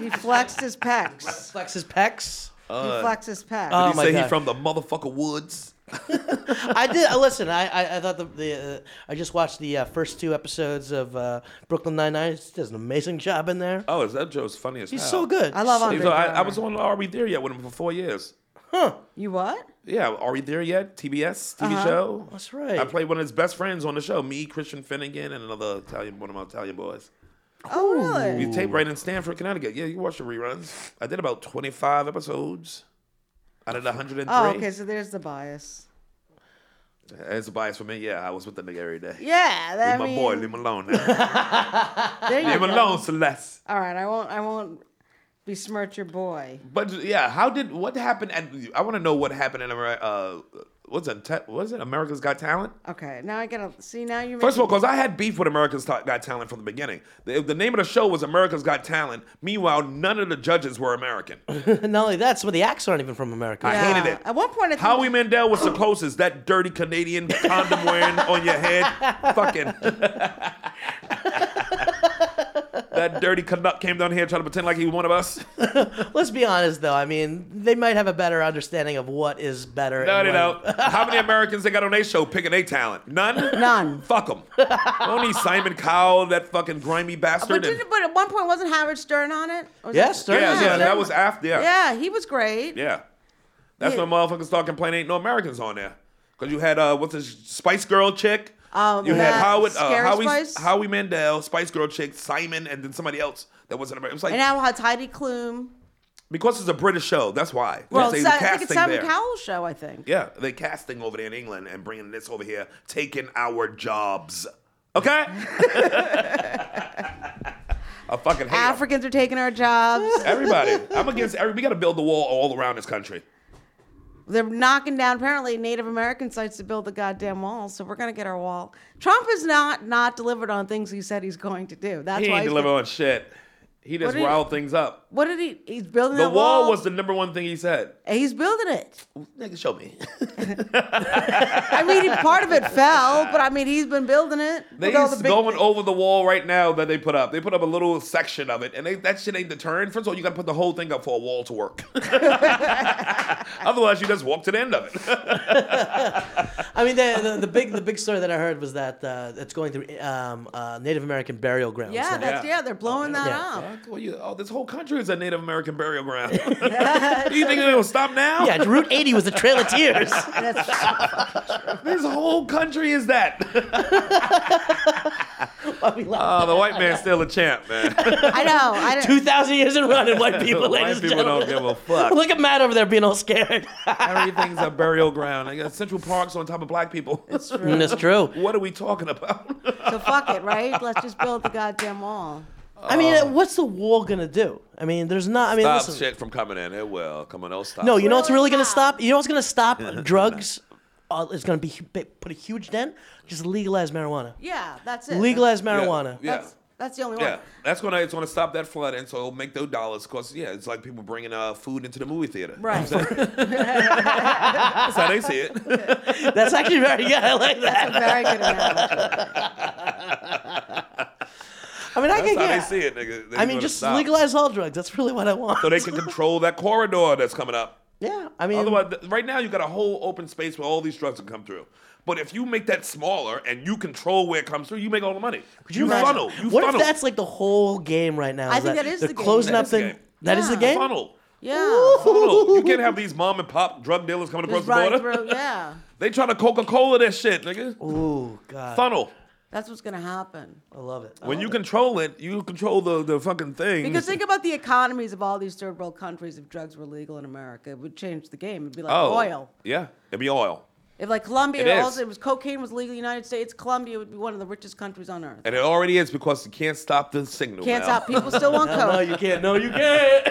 Speaker 6: He flexed his pecs.
Speaker 7: Flex his pecs.
Speaker 2: Uh,
Speaker 6: he flexed his pecs.
Speaker 7: Oh
Speaker 2: he
Speaker 7: my
Speaker 2: say
Speaker 7: God.
Speaker 2: he from the motherfucker woods.
Speaker 7: I did. I listen. I I, I thought the, the uh, I just watched the uh, first two episodes of uh, Brooklyn Nine Nine. She does an amazing job in there.
Speaker 2: Oh, is that Joe's funny as
Speaker 7: She's
Speaker 2: hell.
Speaker 7: so good.
Speaker 6: I love
Speaker 7: So-
Speaker 6: Andre
Speaker 2: So I, I
Speaker 6: Brower.
Speaker 2: was on Are We There Yet with him for four years.
Speaker 6: You what?
Speaker 2: Yeah, Are We There Yet? TBS TV show.
Speaker 7: Uh-huh. That's right.
Speaker 2: I played one of his best friends on the show. Me, Christian Finnegan, and another Italian, one of my Italian boys.
Speaker 6: Oh, really?
Speaker 2: We taped right in Stanford, Connecticut. Yeah, you watch the reruns. I did about twenty five episodes out of the hundred and three.
Speaker 6: Oh, okay. So there's the bias.
Speaker 2: It's a bias for me. Yeah, I was with the nigga every day.
Speaker 6: Yeah, that
Speaker 2: Leave my boy, leave him alone. now.
Speaker 6: there you
Speaker 2: leave him
Speaker 6: go.
Speaker 2: alone, Celeste.
Speaker 6: All right, I won't. I won't besmirch your boy.
Speaker 2: But yeah, how did what happened? At, I want to know what happened in Amer- uh, what's it? Te- What is it? America's Got Talent.
Speaker 6: Okay, now I gotta see. Now you.
Speaker 2: First of all, because I had beef with America's Ta- Got Talent from the beginning. The, the name of the show was America's Got Talent. Meanwhile, none of the judges were American.
Speaker 7: Not only that, some of the acts aren't even from America.
Speaker 2: I hated it.
Speaker 6: At one point, I think
Speaker 2: Howie Mandel was the closest. That dirty Canadian condom wearing on your head, fucking. that dirty Canuck came down here trying to pretend like he was one of us.
Speaker 7: Let's be honest, though. I mean, they might have a better understanding of what is better.
Speaker 2: No,
Speaker 7: and
Speaker 2: no,
Speaker 7: what-
Speaker 2: no. How many Americans they got on their show picking their talent? None.
Speaker 6: None.
Speaker 2: Fuck them. Only Simon Cowell, that fucking grimy
Speaker 6: But,
Speaker 2: bastard. and-
Speaker 6: didn't, but at one point, wasn't Howard Stern on it? Or was
Speaker 7: Yeah,
Speaker 6: it-
Speaker 7: Stern
Speaker 2: yeah,
Speaker 7: was
Speaker 2: yeah,
Speaker 7: on
Speaker 2: that
Speaker 7: it.
Speaker 2: was after. Yeah.
Speaker 6: Yeah, he was great.
Speaker 2: Yeah. That's
Speaker 6: Yeah.
Speaker 2: when motherfuckers start complaining ain't no Americans on there. Because you had, uh, what's this, Spice Girl chick?
Speaker 6: Oh,
Speaker 2: you
Speaker 6: yeah,
Speaker 2: had Howard, uh,
Speaker 6: Scary
Speaker 2: Howie,
Speaker 6: Spice?
Speaker 2: Howie Mandel, Spice Girl chick, Simon, and then somebody else that wasn't American. It's like,
Speaker 6: And now it's Heidi Klum.
Speaker 2: because it's a British show, that's why.
Speaker 6: Well,
Speaker 2: They
Speaker 6: it's,
Speaker 2: say
Speaker 6: I think it's
Speaker 2: casting
Speaker 6: Simon
Speaker 2: there.
Speaker 6: Cowell's show. I think.
Speaker 2: Yeah, they casting over there in England and bringing this over here, taking our jobs. Okay? I fucking hate 'em.
Speaker 6: Africans are taking our jobs.
Speaker 2: Everybody. I'm against every. We got to build the wall all around this country.
Speaker 6: They're knocking down apparently Native American sites to build the goddamn wall, so we're gonna get our wall. Trump has not not delivered on things he said he's going to do. That's
Speaker 2: He
Speaker 6: why
Speaker 2: ain't
Speaker 6: he's-
Speaker 2: deliver on shit. He just
Speaker 6: What did-
Speaker 2: riled things up.
Speaker 6: What did he? He's building
Speaker 2: The
Speaker 6: that
Speaker 2: wall was the number one thing he said.
Speaker 6: and he's building it.
Speaker 2: Nigga, show me.
Speaker 6: I mean, he- part of it fell, but I mean, he's been building it.
Speaker 2: They
Speaker 6: Look at all
Speaker 2: is
Speaker 6: the big-
Speaker 2: going over the wall right now that they put up. They put up a little section of it, and they, that shit ain't deterrent. First of all, you got to put the whole thing up for a wall to work. Otherwise, you just walk to the end of it.
Speaker 7: I mean, the, the, the big the big story that I heard was that uh, it's going through um, uh, Native American burial grounds.
Speaker 6: Yeah,
Speaker 7: now.
Speaker 6: that's
Speaker 2: Yeah.
Speaker 6: yeah. They're blowing that
Speaker 7: Yeah.
Speaker 6: up.
Speaker 2: Fuck, well, you- oh, this whole country is a Native American burial ground. you think they gonna stop now?
Speaker 7: yeah. Route 80 was the Trail of Tears.
Speaker 2: This whole country is that.
Speaker 7: Why we laugh?
Speaker 2: Oh, the white man's still a champ, man.
Speaker 6: I know. I don't,
Speaker 7: Two thousand years in running, white people,
Speaker 2: white
Speaker 7: ladies and
Speaker 2: people don't
Speaker 7: gentlemen.
Speaker 2: give a fuck.
Speaker 7: Look at Matt over there being all scared.
Speaker 2: Everything's a burial ground. They got Central Park's on top of black people.
Speaker 7: Mm, That's true.
Speaker 2: what are we talking about?
Speaker 6: so fuck it, right? Let's just build the goddamn wall.
Speaker 7: I mean, what's the wall gonna do? I mean, there's not. I mean,
Speaker 2: Stop
Speaker 7: listen.
Speaker 2: shit from coming in. It will. Come on, don't stop.
Speaker 7: No, you know what's
Speaker 6: Really
Speaker 7: really gonna
Speaker 6: not.
Speaker 7: stop? You know what's gonna stop drugs? Uh, it's gonna be hu- bi- put a huge dent. Just legalize marijuana.
Speaker 6: Yeah, that's it.
Speaker 7: Legalize
Speaker 2: Yeah,
Speaker 7: marijuana.
Speaker 2: Yeah.
Speaker 6: That's, that's the only one.
Speaker 2: Yeah, that's when I, it's going to stop that flooding. So it'll make those dollars. Cause yeah, it's like people bringing uh, food into the movie theater.
Speaker 6: Right.
Speaker 2: That's how they see it.
Speaker 7: That's actually very good. I like that.
Speaker 6: Very good analogy.
Speaker 7: I mean, I
Speaker 2: That's
Speaker 7: can
Speaker 2: how
Speaker 7: get.
Speaker 2: they see it, nigga. They
Speaker 7: I mean,
Speaker 2: gonna
Speaker 7: just
Speaker 2: stop.
Speaker 7: legalize all drugs. That's really what I want.
Speaker 2: so they can control that corridor that's coming up.
Speaker 7: yeah, I mean,
Speaker 2: Otherwise, th- right now you got a whole open space where all these drugs can come through. But if you make that smaller and you control where it comes through, you make all the money.
Speaker 7: could you imagine-
Speaker 2: funnel. You
Speaker 7: what
Speaker 2: funnel.
Speaker 7: if that's like the whole game right now?
Speaker 6: I
Speaker 7: is
Speaker 6: think that is
Speaker 7: they're
Speaker 6: the game.
Speaker 7: closing
Speaker 2: That
Speaker 7: up
Speaker 2: is the
Speaker 7: the.
Speaker 2: game.
Speaker 7: That is the
Speaker 6: Yeah.
Speaker 7: game.
Speaker 2: funnel?
Speaker 6: Yeah.
Speaker 2: Funnel. You can't have these mom and pop drug dealers coming across
Speaker 6: Just
Speaker 2: the
Speaker 6: running
Speaker 2: border.
Speaker 6: through. Yeah.
Speaker 2: They trying to Coca Cola that shit, nigga.
Speaker 7: Ooh, God,
Speaker 2: Funnel.
Speaker 6: That's what's going to happen.
Speaker 7: I love it. I
Speaker 2: When
Speaker 7: love
Speaker 2: you
Speaker 7: it.
Speaker 2: control it, you control the, the fucking thing.
Speaker 6: Because think about the economies of all these third world countries if drugs were legal in America. It would change the game. It'd be like
Speaker 2: oh,
Speaker 6: oil.
Speaker 2: Yeah, it'd be oil.
Speaker 6: If like Colombia,
Speaker 2: It
Speaker 6: it
Speaker 2: is.
Speaker 6: also, it was cocaine was legal in the United States, Colombia would be one of the richest countries on earth.
Speaker 2: And it already is because you can't stop the signal.
Speaker 6: Can't
Speaker 2: now.
Speaker 6: stop. People still want
Speaker 7: No,
Speaker 6: coke.
Speaker 7: you can't. No, you can't.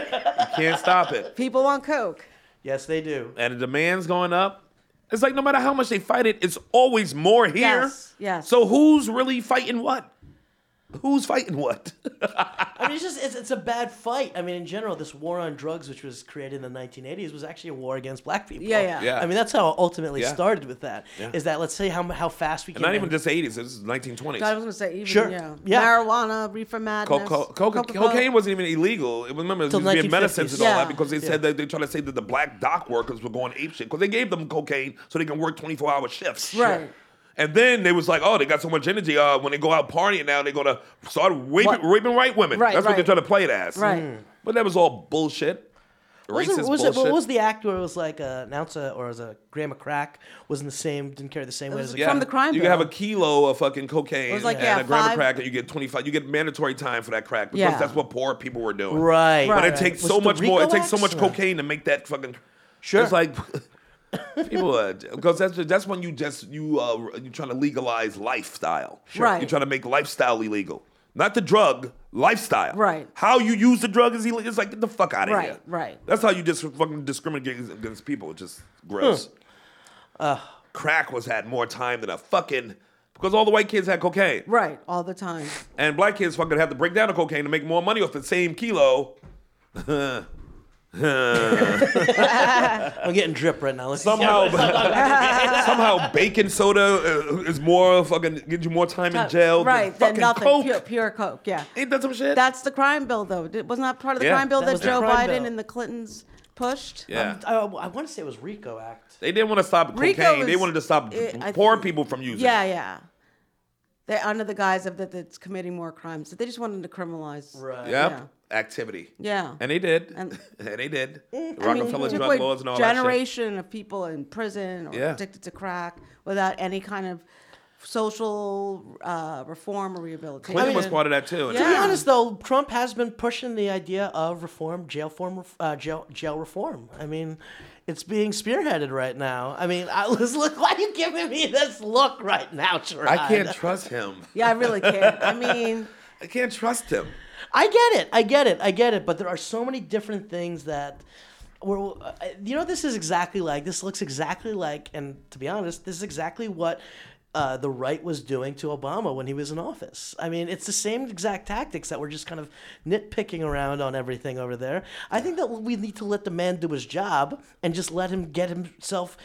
Speaker 2: can't stop it.
Speaker 6: People want coke.
Speaker 7: yes, they do.
Speaker 2: and the demand's going up. It's like no matter how much they fight it, it's always more here.
Speaker 6: Yes, yes.
Speaker 2: So who's really fighting what? Who's fighting what?
Speaker 7: I mean, it's just it's, it's a bad fight. I mean, in general, this war on drugs, which was created in the 1980s, was actually a war against black people.
Speaker 6: Yeah, yeah.
Speaker 2: Yeah.
Speaker 7: I mean, that's how it ultimately
Speaker 2: Yeah.
Speaker 7: started with that. Is that let's say how how fast we can.
Speaker 2: Not even just eighties. This is nineteen twenties.
Speaker 6: I was gonna say even
Speaker 7: Sure.
Speaker 6: yeah.
Speaker 7: Yeah.
Speaker 6: marijuana, reefer madness, Coca-Cola.
Speaker 2: cocaine wasn't even illegal. It was remember it
Speaker 7: Till
Speaker 2: was being
Speaker 7: 1950s.
Speaker 2: medicines and all
Speaker 6: Yeah.
Speaker 2: that because they said that they tried to say that the black dock workers were going ape shit because they gave them cocaine so they can work twenty four hour shifts.
Speaker 6: Right.
Speaker 2: And then they was like, oh, they got so much energy. Uh, when they go out partying now, they're gonna start raping,
Speaker 6: What?
Speaker 2: raping white women.
Speaker 6: Right,
Speaker 2: That's what they're
Speaker 6: right.
Speaker 2: trying to play it as.
Speaker 6: Right. Mm.
Speaker 2: But that was all bullshit.
Speaker 7: Was
Speaker 2: Racist
Speaker 7: it, was it,
Speaker 2: bullshit.
Speaker 7: what was the act where it was like uh, an ounce of, or as a gram of crack was in the same didn't carry the same weight as a
Speaker 6: Yeah. from the crime
Speaker 2: You can have a
Speaker 6: bill.
Speaker 2: kilo of fucking cocaine
Speaker 6: It was like,
Speaker 2: and
Speaker 6: yeah,
Speaker 2: a gram of
Speaker 6: five-
Speaker 2: crack, and you get twenty five. You get mandatory time for that crack because
Speaker 6: Yeah.
Speaker 2: that's what poor people were doing.
Speaker 7: Right.
Speaker 2: But
Speaker 6: Right.
Speaker 2: it takes
Speaker 7: Was
Speaker 2: so
Speaker 7: it the
Speaker 2: much more. It
Speaker 7: Rico
Speaker 2: takes so much
Speaker 7: Act?
Speaker 2: cocaine to make that fucking.
Speaker 7: Sure.
Speaker 2: It's like people are because that's that's when you just you uh you trying to legalize lifestyle.
Speaker 6: Right.
Speaker 2: You're trying to make lifestyle illegal. Not the drug, lifestyle.
Speaker 6: Right.
Speaker 2: How you use the drug is illegal. It's like get the fuck out of
Speaker 6: Right,
Speaker 2: here.
Speaker 6: right.
Speaker 2: That's how you just fucking discriminate against- against people. It's just gross crack was had more time than a fucking because all the white kids had cocaine
Speaker 6: right all the time.
Speaker 2: and black kids fucking had to break down the cocaine to make more money off the same kilo.
Speaker 7: I'm getting drip right now. Let's
Speaker 2: Somehow, somehow baking soda uh, is more fucking gives you more time in jail
Speaker 6: right?
Speaker 2: than
Speaker 6: Then
Speaker 2: fucking
Speaker 6: nothing.
Speaker 2: coke.
Speaker 6: Pure, pure coke. Yeah,
Speaker 2: Ain't that some shit?
Speaker 6: that's the crime bill though. Did- Wasn't that part of the
Speaker 2: Yeah.
Speaker 6: crime bill
Speaker 2: That
Speaker 6: that,
Speaker 7: was the
Speaker 6: Joe
Speaker 7: crime
Speaker 6: Biden
Speaker 7: bill.
Speaker 6: and the Clintons pushed?
Speaker 2: yeah.
Speaker 7: I, I want to say it was Rico Act.
Speaker 2: they didn't want to stop cocaine.
Speaker 6: Rico
Speaker 2: they
Speaker 6: is-
Speaker 2: wanted to stop
Speaker 6: it- I
Speaker 2: poor
Speaker 6: think-
Speaker 2: people from using.
Speaker 6: Yeah,
Speaker 2: it.
Speaker 6: yeah. They're under the guise of that it's committing more crimes. They just wanted to criminalize.
Speaker 7: Right.
Speaker 2: Yep.
Speaker 6: Yeah.
Speaker 2: Activity.
Speaker 6: Yeah.
Speaker 2: And they did. And,
Speaker 6: And-
Speaker 2: they did.
Speaker 6: I mean, he
Speaker 2: Rockefeller
Speaker 6: took
Speaker 2: drug
Speaker 6: away
Speaker 2: laws and all that shit.
Speaker 6: generation of people in prison or
Speaker 2: Yeah.
Speaker 6: addicted to crack without any kind of social uh, reform or rehabilitation.
Speaker 2: Clinton was part of that too.
Speaker 7: To be
Speaker 6: Oh, Yeah.
Speaker 7: honest, though, Trump has been pushing the idea of reform, jail form, uh, jail jail reform. I mean, it's being spearheaded right now. I mean, I was look. Why are you giving me this look right now, Gerard?
Speaker 2: I can't trust him.
Speaker 6: yeah, I really can't. I mean,
Speaker 2: I can't trust him.
Speaker 7: I get it. I get it. I get it. But there are so many different things that we're, uh, you know, what this is exactly like. This looks exactly like, and to be honest, this is exactly what. Uh, the right was doing to Obama when he was in office. I mean, it's the same exact tactics that we're just kind of nitpicking around on everything over there. I think that we need to let the man do his job and just let him get himself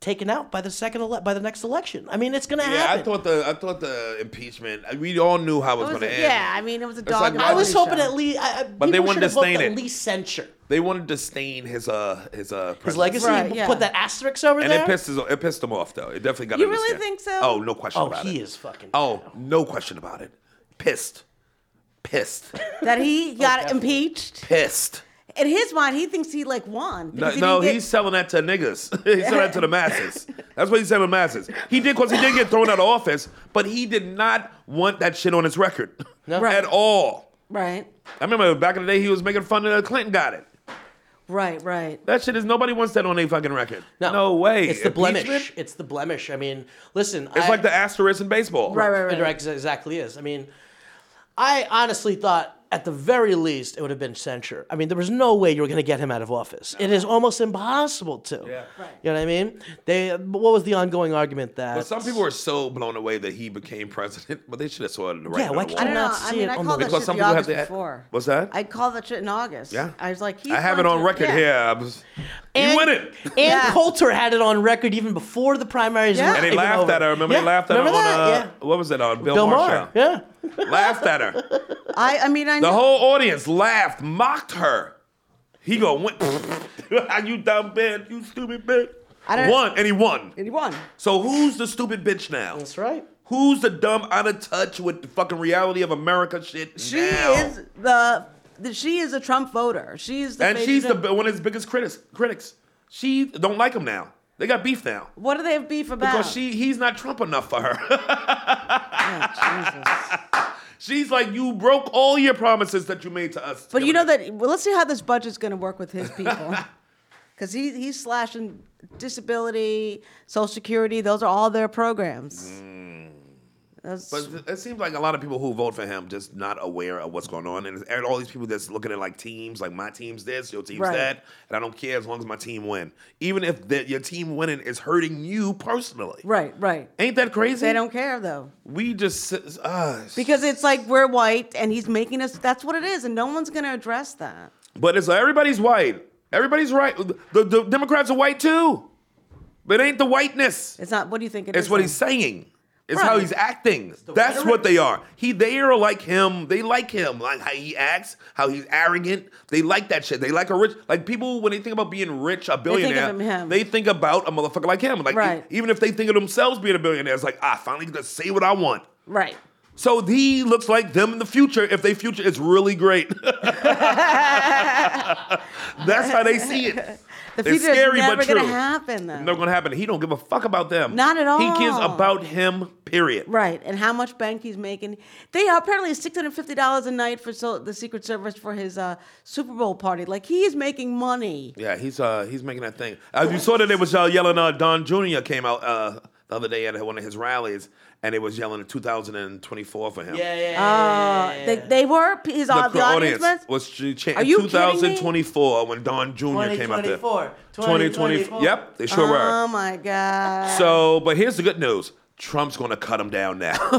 Speaker 7: taken out by the second ele- by the next election. I mean, it's going to
Speaker 2: Yeah,
Speaker 7: happen.
Speaker 2: I thought the I thought the impeachment. We all knew how it was,
Speaker 6: It was
Speaker 2: going
Speaker 6: a-
Speaker 2: to end.
Speaker 6: yeah, I mean, it was a
Speaker 2: It's
Speaker 6: dog and
Speaker 2: why
Speaker 7: I was
Speaker 6: show.
Speaker 7: hoping at least. I, but
Speaker 2: they wouldn't disdain
Speaker 7: At
Speaker 2: it.
Speaker 7: least censure
Speaker 2: they wanted to stain his uh his uh
Speaker 7: his
Speaker 2: presence.
Speaker 7: legacy.
Speaker 6: Right,
Speaker 7: p-
Speaker 6: yeah.
Speaker 7: Put that asterisk over
Speaker 2: And
Speaker 7: there.
Speaker 2: it pissed his, it pissed him off though. It definitely got.
Speaker 6: You
Speaker 2: on his
Speaker 6: really
Speaker 2: skin.
Speaker 6: think so?
Speaker 2: Oh, no question
Speaker 7: Oh,
Speaker 2: about it.
Speaker 7: he is fucking-
Speaker 2: Oh, no question about it. Pissed, pissed,
Speaker 6: that
Speaker 2: Oh,
Speaker 6: he got impeached.
Speaker 2: pissed.
Speaker 6: In his mind, he thinks he like won.
Speaker 2: No,
Speaker 6: because he
Speaker 2: no,
Speaker 6: didn't get-
Speaker 2: he's selling that to niggas. he's selling that to the masses. That's what he's selling to the masses. He did because he did get thrown out of office, but he did not want that shit on his record
Speaker 6: Right.
Speaker 2: at all.
Speaker 6: right,
Speaker 2: I remember back in the day he was making fun of the Clinton got it.
Speaker 6: right, right.
Speaker 2: That shit is nobody wants that on their fucking record. No, way.
Speaker 7: It's the blemish.
Speaker 2: Impeachment?
Speaker 7: It's the blemish. I mean, listen.
Speaker 2: It's
Speaker 7: I,
Speaker 2: like the asterisk in baseball.
Speaker 6: Right, right,
Speaker 7: It ex- exactly is. I mean, I honestly thought at the very least it would have been censure. I mean, there was no way you were going to get him out of office. It is almost impossible to. Yeah.
Speaker 2: Right.
Speaker 7: You know what I mean? They. What was the ongoing argument that?
Speaker 2: But some people are so blown away that he became president, but they should have saw it in the right.
Speaker 7: Yeah,
Speaker 2: on
Speaker 7: why
Speaker 2: the
Speaker 7: can't-
Speaker 6: I
Speaker 2: wall.
Speaker 6: don't
Speaker 7: not
Speaker 6: know. I
Speaker 7: see
Speaker 6: mean,
Speaker 7: it
Speaker 6: I
Speaker 7: on
Speaker 6: called
Speaker 7: the-
Speaker 6: that
Speaker 2: Because
Speaker 6: shit
Speaker 2: some
Speaker 6: the
Speaker 2: people have
Speaker 6: August
Speaker 2: to add-
Speaker 6: before.
Speaker 2: What's that?
Speaker 6: I called that shit in August.
Speaker 2: Yeah.
Speaker 6: I was like, he's
Speaker 2: I have
Speaker 6: going
Speaker 2: it on
Speaker 6: to-
Speaker 2: record
Speaker 6: yeah.
Speaker 2: here. I'm just- you win it.
Speaker 7: And
Speaker 6: Yeah.
Speaker 7: Coulter had it on record even before the primaries.
Speaker 6: Yeah.
Speaker 7: were
Speaker 2: And they
Speaker 7: even
Speaker 2: laughed
Speaker 7: over.
Speaker 2: at her. Remember
Speaker 7: Yeah,
Speaker 2: they laughed at
Speaker 7: remember
Speaker 2: her on
Speaker 7: that?
Speaker 2: uh,
Speaker 7: Yeah.
Speaker 2: what was it on Bill,
Speaker 7: Bill
Speaker 2: Maher?
Speaker 7: Maher.
Speaker 2: show.
Speaker 7: Yeah.
Speaker 2: laughed at her.
Speaker 6: I, I mean, I
Speaker 2: The
Speaker 6: knew-
Speaker 2: whole audience laughed, mocked her. He go win. you dumb bitch, you stupid bitch.
Speaker 6: I don't-
Speaker 2: won and he won.
Speaker 6: and he won.
Speaker 2: So who's the stupid bitch now?
Speaker 7: That's right.
Speaker 2: Who's the dumb, out of touch with the fucking reality of America shit
Speaker 6: She
Speaker 2: now?
Speaker 6: is the, the she is a Trump voter. She is the
Speaker 2: and
Speaker 6: face
Speaker 2: she's
Speaker 6: of-
Speaker 2: the one of his biggest critics. Critics. She don't like him now. They got beef now
Speaker 6: What do they have beef about?
Speaker 2: because she he's not Trump enough for her.
Speaker 6: Oh, Jesus.
Speaker 2: she's like, you broke all your promises that you made to us.
Speaker 6: But you know that. Well, let's see how this budget's going to work with his people, because he he's slashing disability, Social Security. Those are all their programs.
Speaker 2: Mm.
Speaker 6: That's-
Speaker 2: But it seems like a lot of people who vote for him just not aware of what's going on, and, and all these people that's looking at like teams, like my team's this, your team's
Speaker 6: Right.
Speaker 2: that, and I don't care as long as my team win, even if the, your team winning is hurting you personally.
Speaker 6: right, right.
Speaker 2: Ain't that crazy?
Speaker 6: They don't care though,
Speaker 2: We just s- uh,
Speaker 6: because it's like we're white, and he's making us. That's what it is, and no one's going to address that.
Speaker 2: But it's like everybody's white. Everybody's right. The, the Democrats are white too. But it ain't the whiteness.
Speaker 6: It's not. What do you think? It
Speaker 2: It's
Speaker 6: is
Speaker 2: what
Speaker 6: then?
Speaker 2: he's saying. It's how
Speaker 6: Right.
Speaker 2: he's acting. That's what they are. He they are like him. They like him. Like how he acts, how he's arrogant. They like that shit. They like a rich like people when they think about being rich, a
Speaker 6: think of
Speaker 2: billionaire,
Speaker 6: him- him.
Speaker 2: they think about a motherfucker like him. Like e-
Speaker 6: Right.
Speaker 2: even if they think of themselves being a billionaire, it's like, ah, finally gonna say what I want.
Speaker 6: Right.
Speaker 2: So he looks like them in the future if they future is really great. That's how they see it.
Speaker 6: The
Speaker 2: It's
Speaker 6: future
Speaker 2: scary,
Speaker 6: is
Speaker 2: but
Speaker 6: never going to
Speaker 2: true.
Speaker 6: happen though.
Speaker 2: Not gonna happen. He don't give a fuck about them.
Speaker 6: Not at
Speaker 2: He cares
Speaker 6: all.
Speaker 2: about him. Period.
Speaker 6: Right, and how much bank he's making? They are apparently six hundred fifty dollars a night for so, the Secret Service for his uh, Super Bowl party. Like he is making money.
Speaker 2: Yeah, he's uh he's making that thing. Uh, you saw that they was uh, yelling. Uh, Don Jr. came out uh the other day at one of his rallies, and they was yelling 2024 for him.
Speaker 7: Yeah, yeah, yeah.
Speaker 6: Uh, they, they were his
Speaker 2: The,
Speaker 6: uh, the,
Speaker 2: cr-
Speaker 6: audience. members-
Speaker 2: was ch-
Speaker 6: Are you
Speaker 2: chanting
Speaker 6: kidding me?
Speaker 2: 2024 when Don Jr. came out there.
Speaker 7: 2024,
Speaker 2: 2024. Yep, they sure were.
Speaker 6: Oh my god!
Speaker 2: So, but here's the good news. Trump's gonna cut him down now.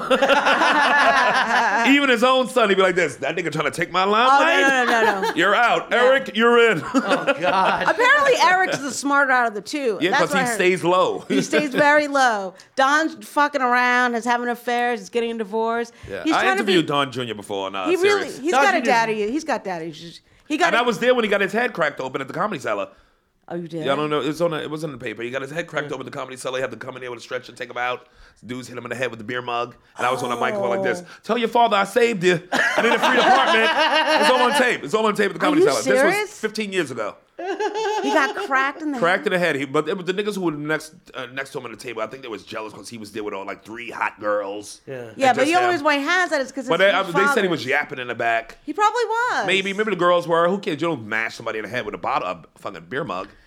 Speaker 2: Even his own son, he'd be like this. That nigga trying to take my
Speaker 6: oh
Speaker 2: limelight.
Speaker 6: no no no no! no. Oh,
Speaker 2: You're out, Eric. You're in.
Speaker 6: apparently, Eric's the smarter out of the two.
Speaker 2: yeah,
Speaker 6: That's
Speaker 2: because
Speaker 6: what I
Speaker 2: he
Speaker 6: heard.
Speaker 2: stays low.
Speaker 6: He stays very low. Don's fucking around, is having affairs, is getting a divorce.
Speaker 2: Yeah.
Speaker 6: He's
Speaker 2: I
Speaker 6: trying
Speaker 2: interviewed
Speaker 6: to
Speaker 2: Don Jr. before on uh,
Speaker 6: be, He really,
Speaker 2: Sirius.
Speaker 6: he's
Speaker 7: Don
Speaker 6: got a
Speaker 7: Jr.'s-
Speaker 6: daddy. He's got daddy issues. He got.
Speaker 2: and
Speaker 6: a-
Speaker 2: I was there when he got his head cracked open at the comedy cellar.
Speaker 6: Oh, you did.
Speaker 2: Yeah, I don't know. It's on. The, it was in the paper. He got his head cracked open at the comedy cellar. He had to come in there with a stretcher, take him out. Dudes hit him in the head with a beer mug, and I was on a microphone like
Speaker 6: Oh.
Speaker 2: this. Tell your father I saved you. And in a free apartment. It's all on tape. It's all on tape at the comedy
Speaker 6: you
Speaker 2: cellar. This was
Speaker 6: serious?
Speaker 2: 15 years ago.
Speaker 6: He got cracked in the
Speaker 2: Cracked in the head. He, but it was the niggas who were next uh, next to him at the table. I think they was jealous because he was there with all like three hot girls. Yeah.
Speaker 6: Yeah, but the only reason why he has that is because
Speaker 2: But uh, they, I- they said he was yapping in the back.
Speaker 6: He probably was.
Speaker 2: Maybe maybe the girls were. Who cares? You don't mash somebody in the head with a bottle of fucking beer mug.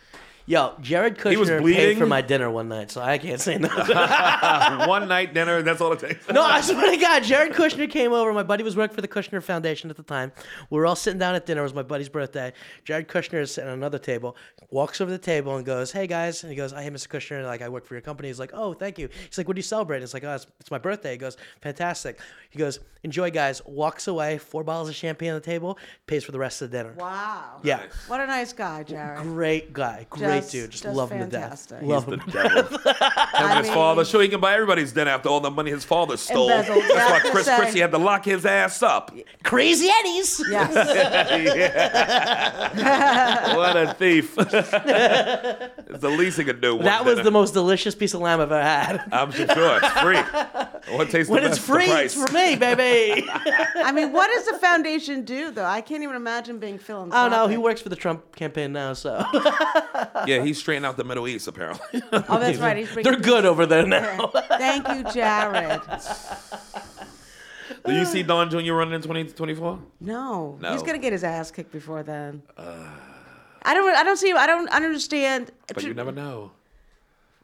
Speaker 7: Yo, Jared Kushner
Speaker 2: was
Speaker 7: paid for
Speaker 2: bleeding?
Speaker 7: my dinner one night, so I can't say nothing.
Speaker 2: One night dinner, that's all it takes.
Speaker 7: No, I swear to God, Jared Kushner came over. My buddy was working for the Kushner Foundation at the time. We were all sitting down at dinner. It was my buddy's birthday. Jared Kushner is sitting at another table, walks over to the table and goes, "Hey guys," and he goes, "I hey, Mr. Kushner, like I work for your company." He's like, "Oh, thank you." He's like, "What do you celebrate?" It's like, "Oh, it's, it's my birthday." He goes, "Fantastic." He goes, "Enjoy, guys." Walks away. Four bottles of champagne on the table. Pays for the rest of the dinner.
Speaker 6: Wow.
Speaker 7: Yeah.
Speaker 6: What a nice guy, Jared.
Speaker 7: Great guy, great
Speaker 6: Just-
Speaker 7: dude. Just,
Speaker 6: just
Speaker 7: love him
Speaker 6: fantastic.
Speaker 7: to death. Love
Speaker 2: The
Speaker 7: him.
Speaker 2: devil. Him and his
Speaker 6: mean-
Speaker 2: father. Sure, he can buy everybody's dinner after all the money his father stole.
Speaker 6: Embezzled. Yeah, I
Speaker 2: That's
Speaker 6: was
Speaker 2: why
Speaker 6: gonna
Speaker 2: Chris
Speaker 6: say.
Speaker 2: Christie had to lock his ass up.
Speaker 7: Crazy Eddie's.
Speaker 6: Yes.
Speaker 2: What a thief. it's the least he could do. one
Speaker 7: That was
Speaker 2: dinner.
Speaker 7: the most delicious piece of lamb I've ever had.
Speaker 2: I'm sure it's free. What tastes
Speaker 7: When
Speaker 2: the
Speaker 7: it's
Speaker 2: best? The
Speaker 7: free, it's
Speaker 2: price.
Speaker 7: for me, baby.
Speaker 6: I mean, what does the foundation do, though? I can't even imagine being
Speaker 7: Oh
Speaker 6: philanthropic.
Speaker 7: no, he works for the Trump campaign now, so
Speaker 2: Yeah, he's straightened out the Middle East apparently.
Speaker 6: Oh, that's right. He's
Speaker 7: they're
Speaker 6: bringing.
Speaker 7: good over there now.
Speaker 6: Thank you, Jared.
Speaker 2: do you see Don Jr. running in 2024?
Speaker 6: No,
Speaker 2: No. Uh.
Speaker 6: he's gonna get his ass kicked before then. I don't. I don't see. I don't understand.
Speaker 2: But you never know.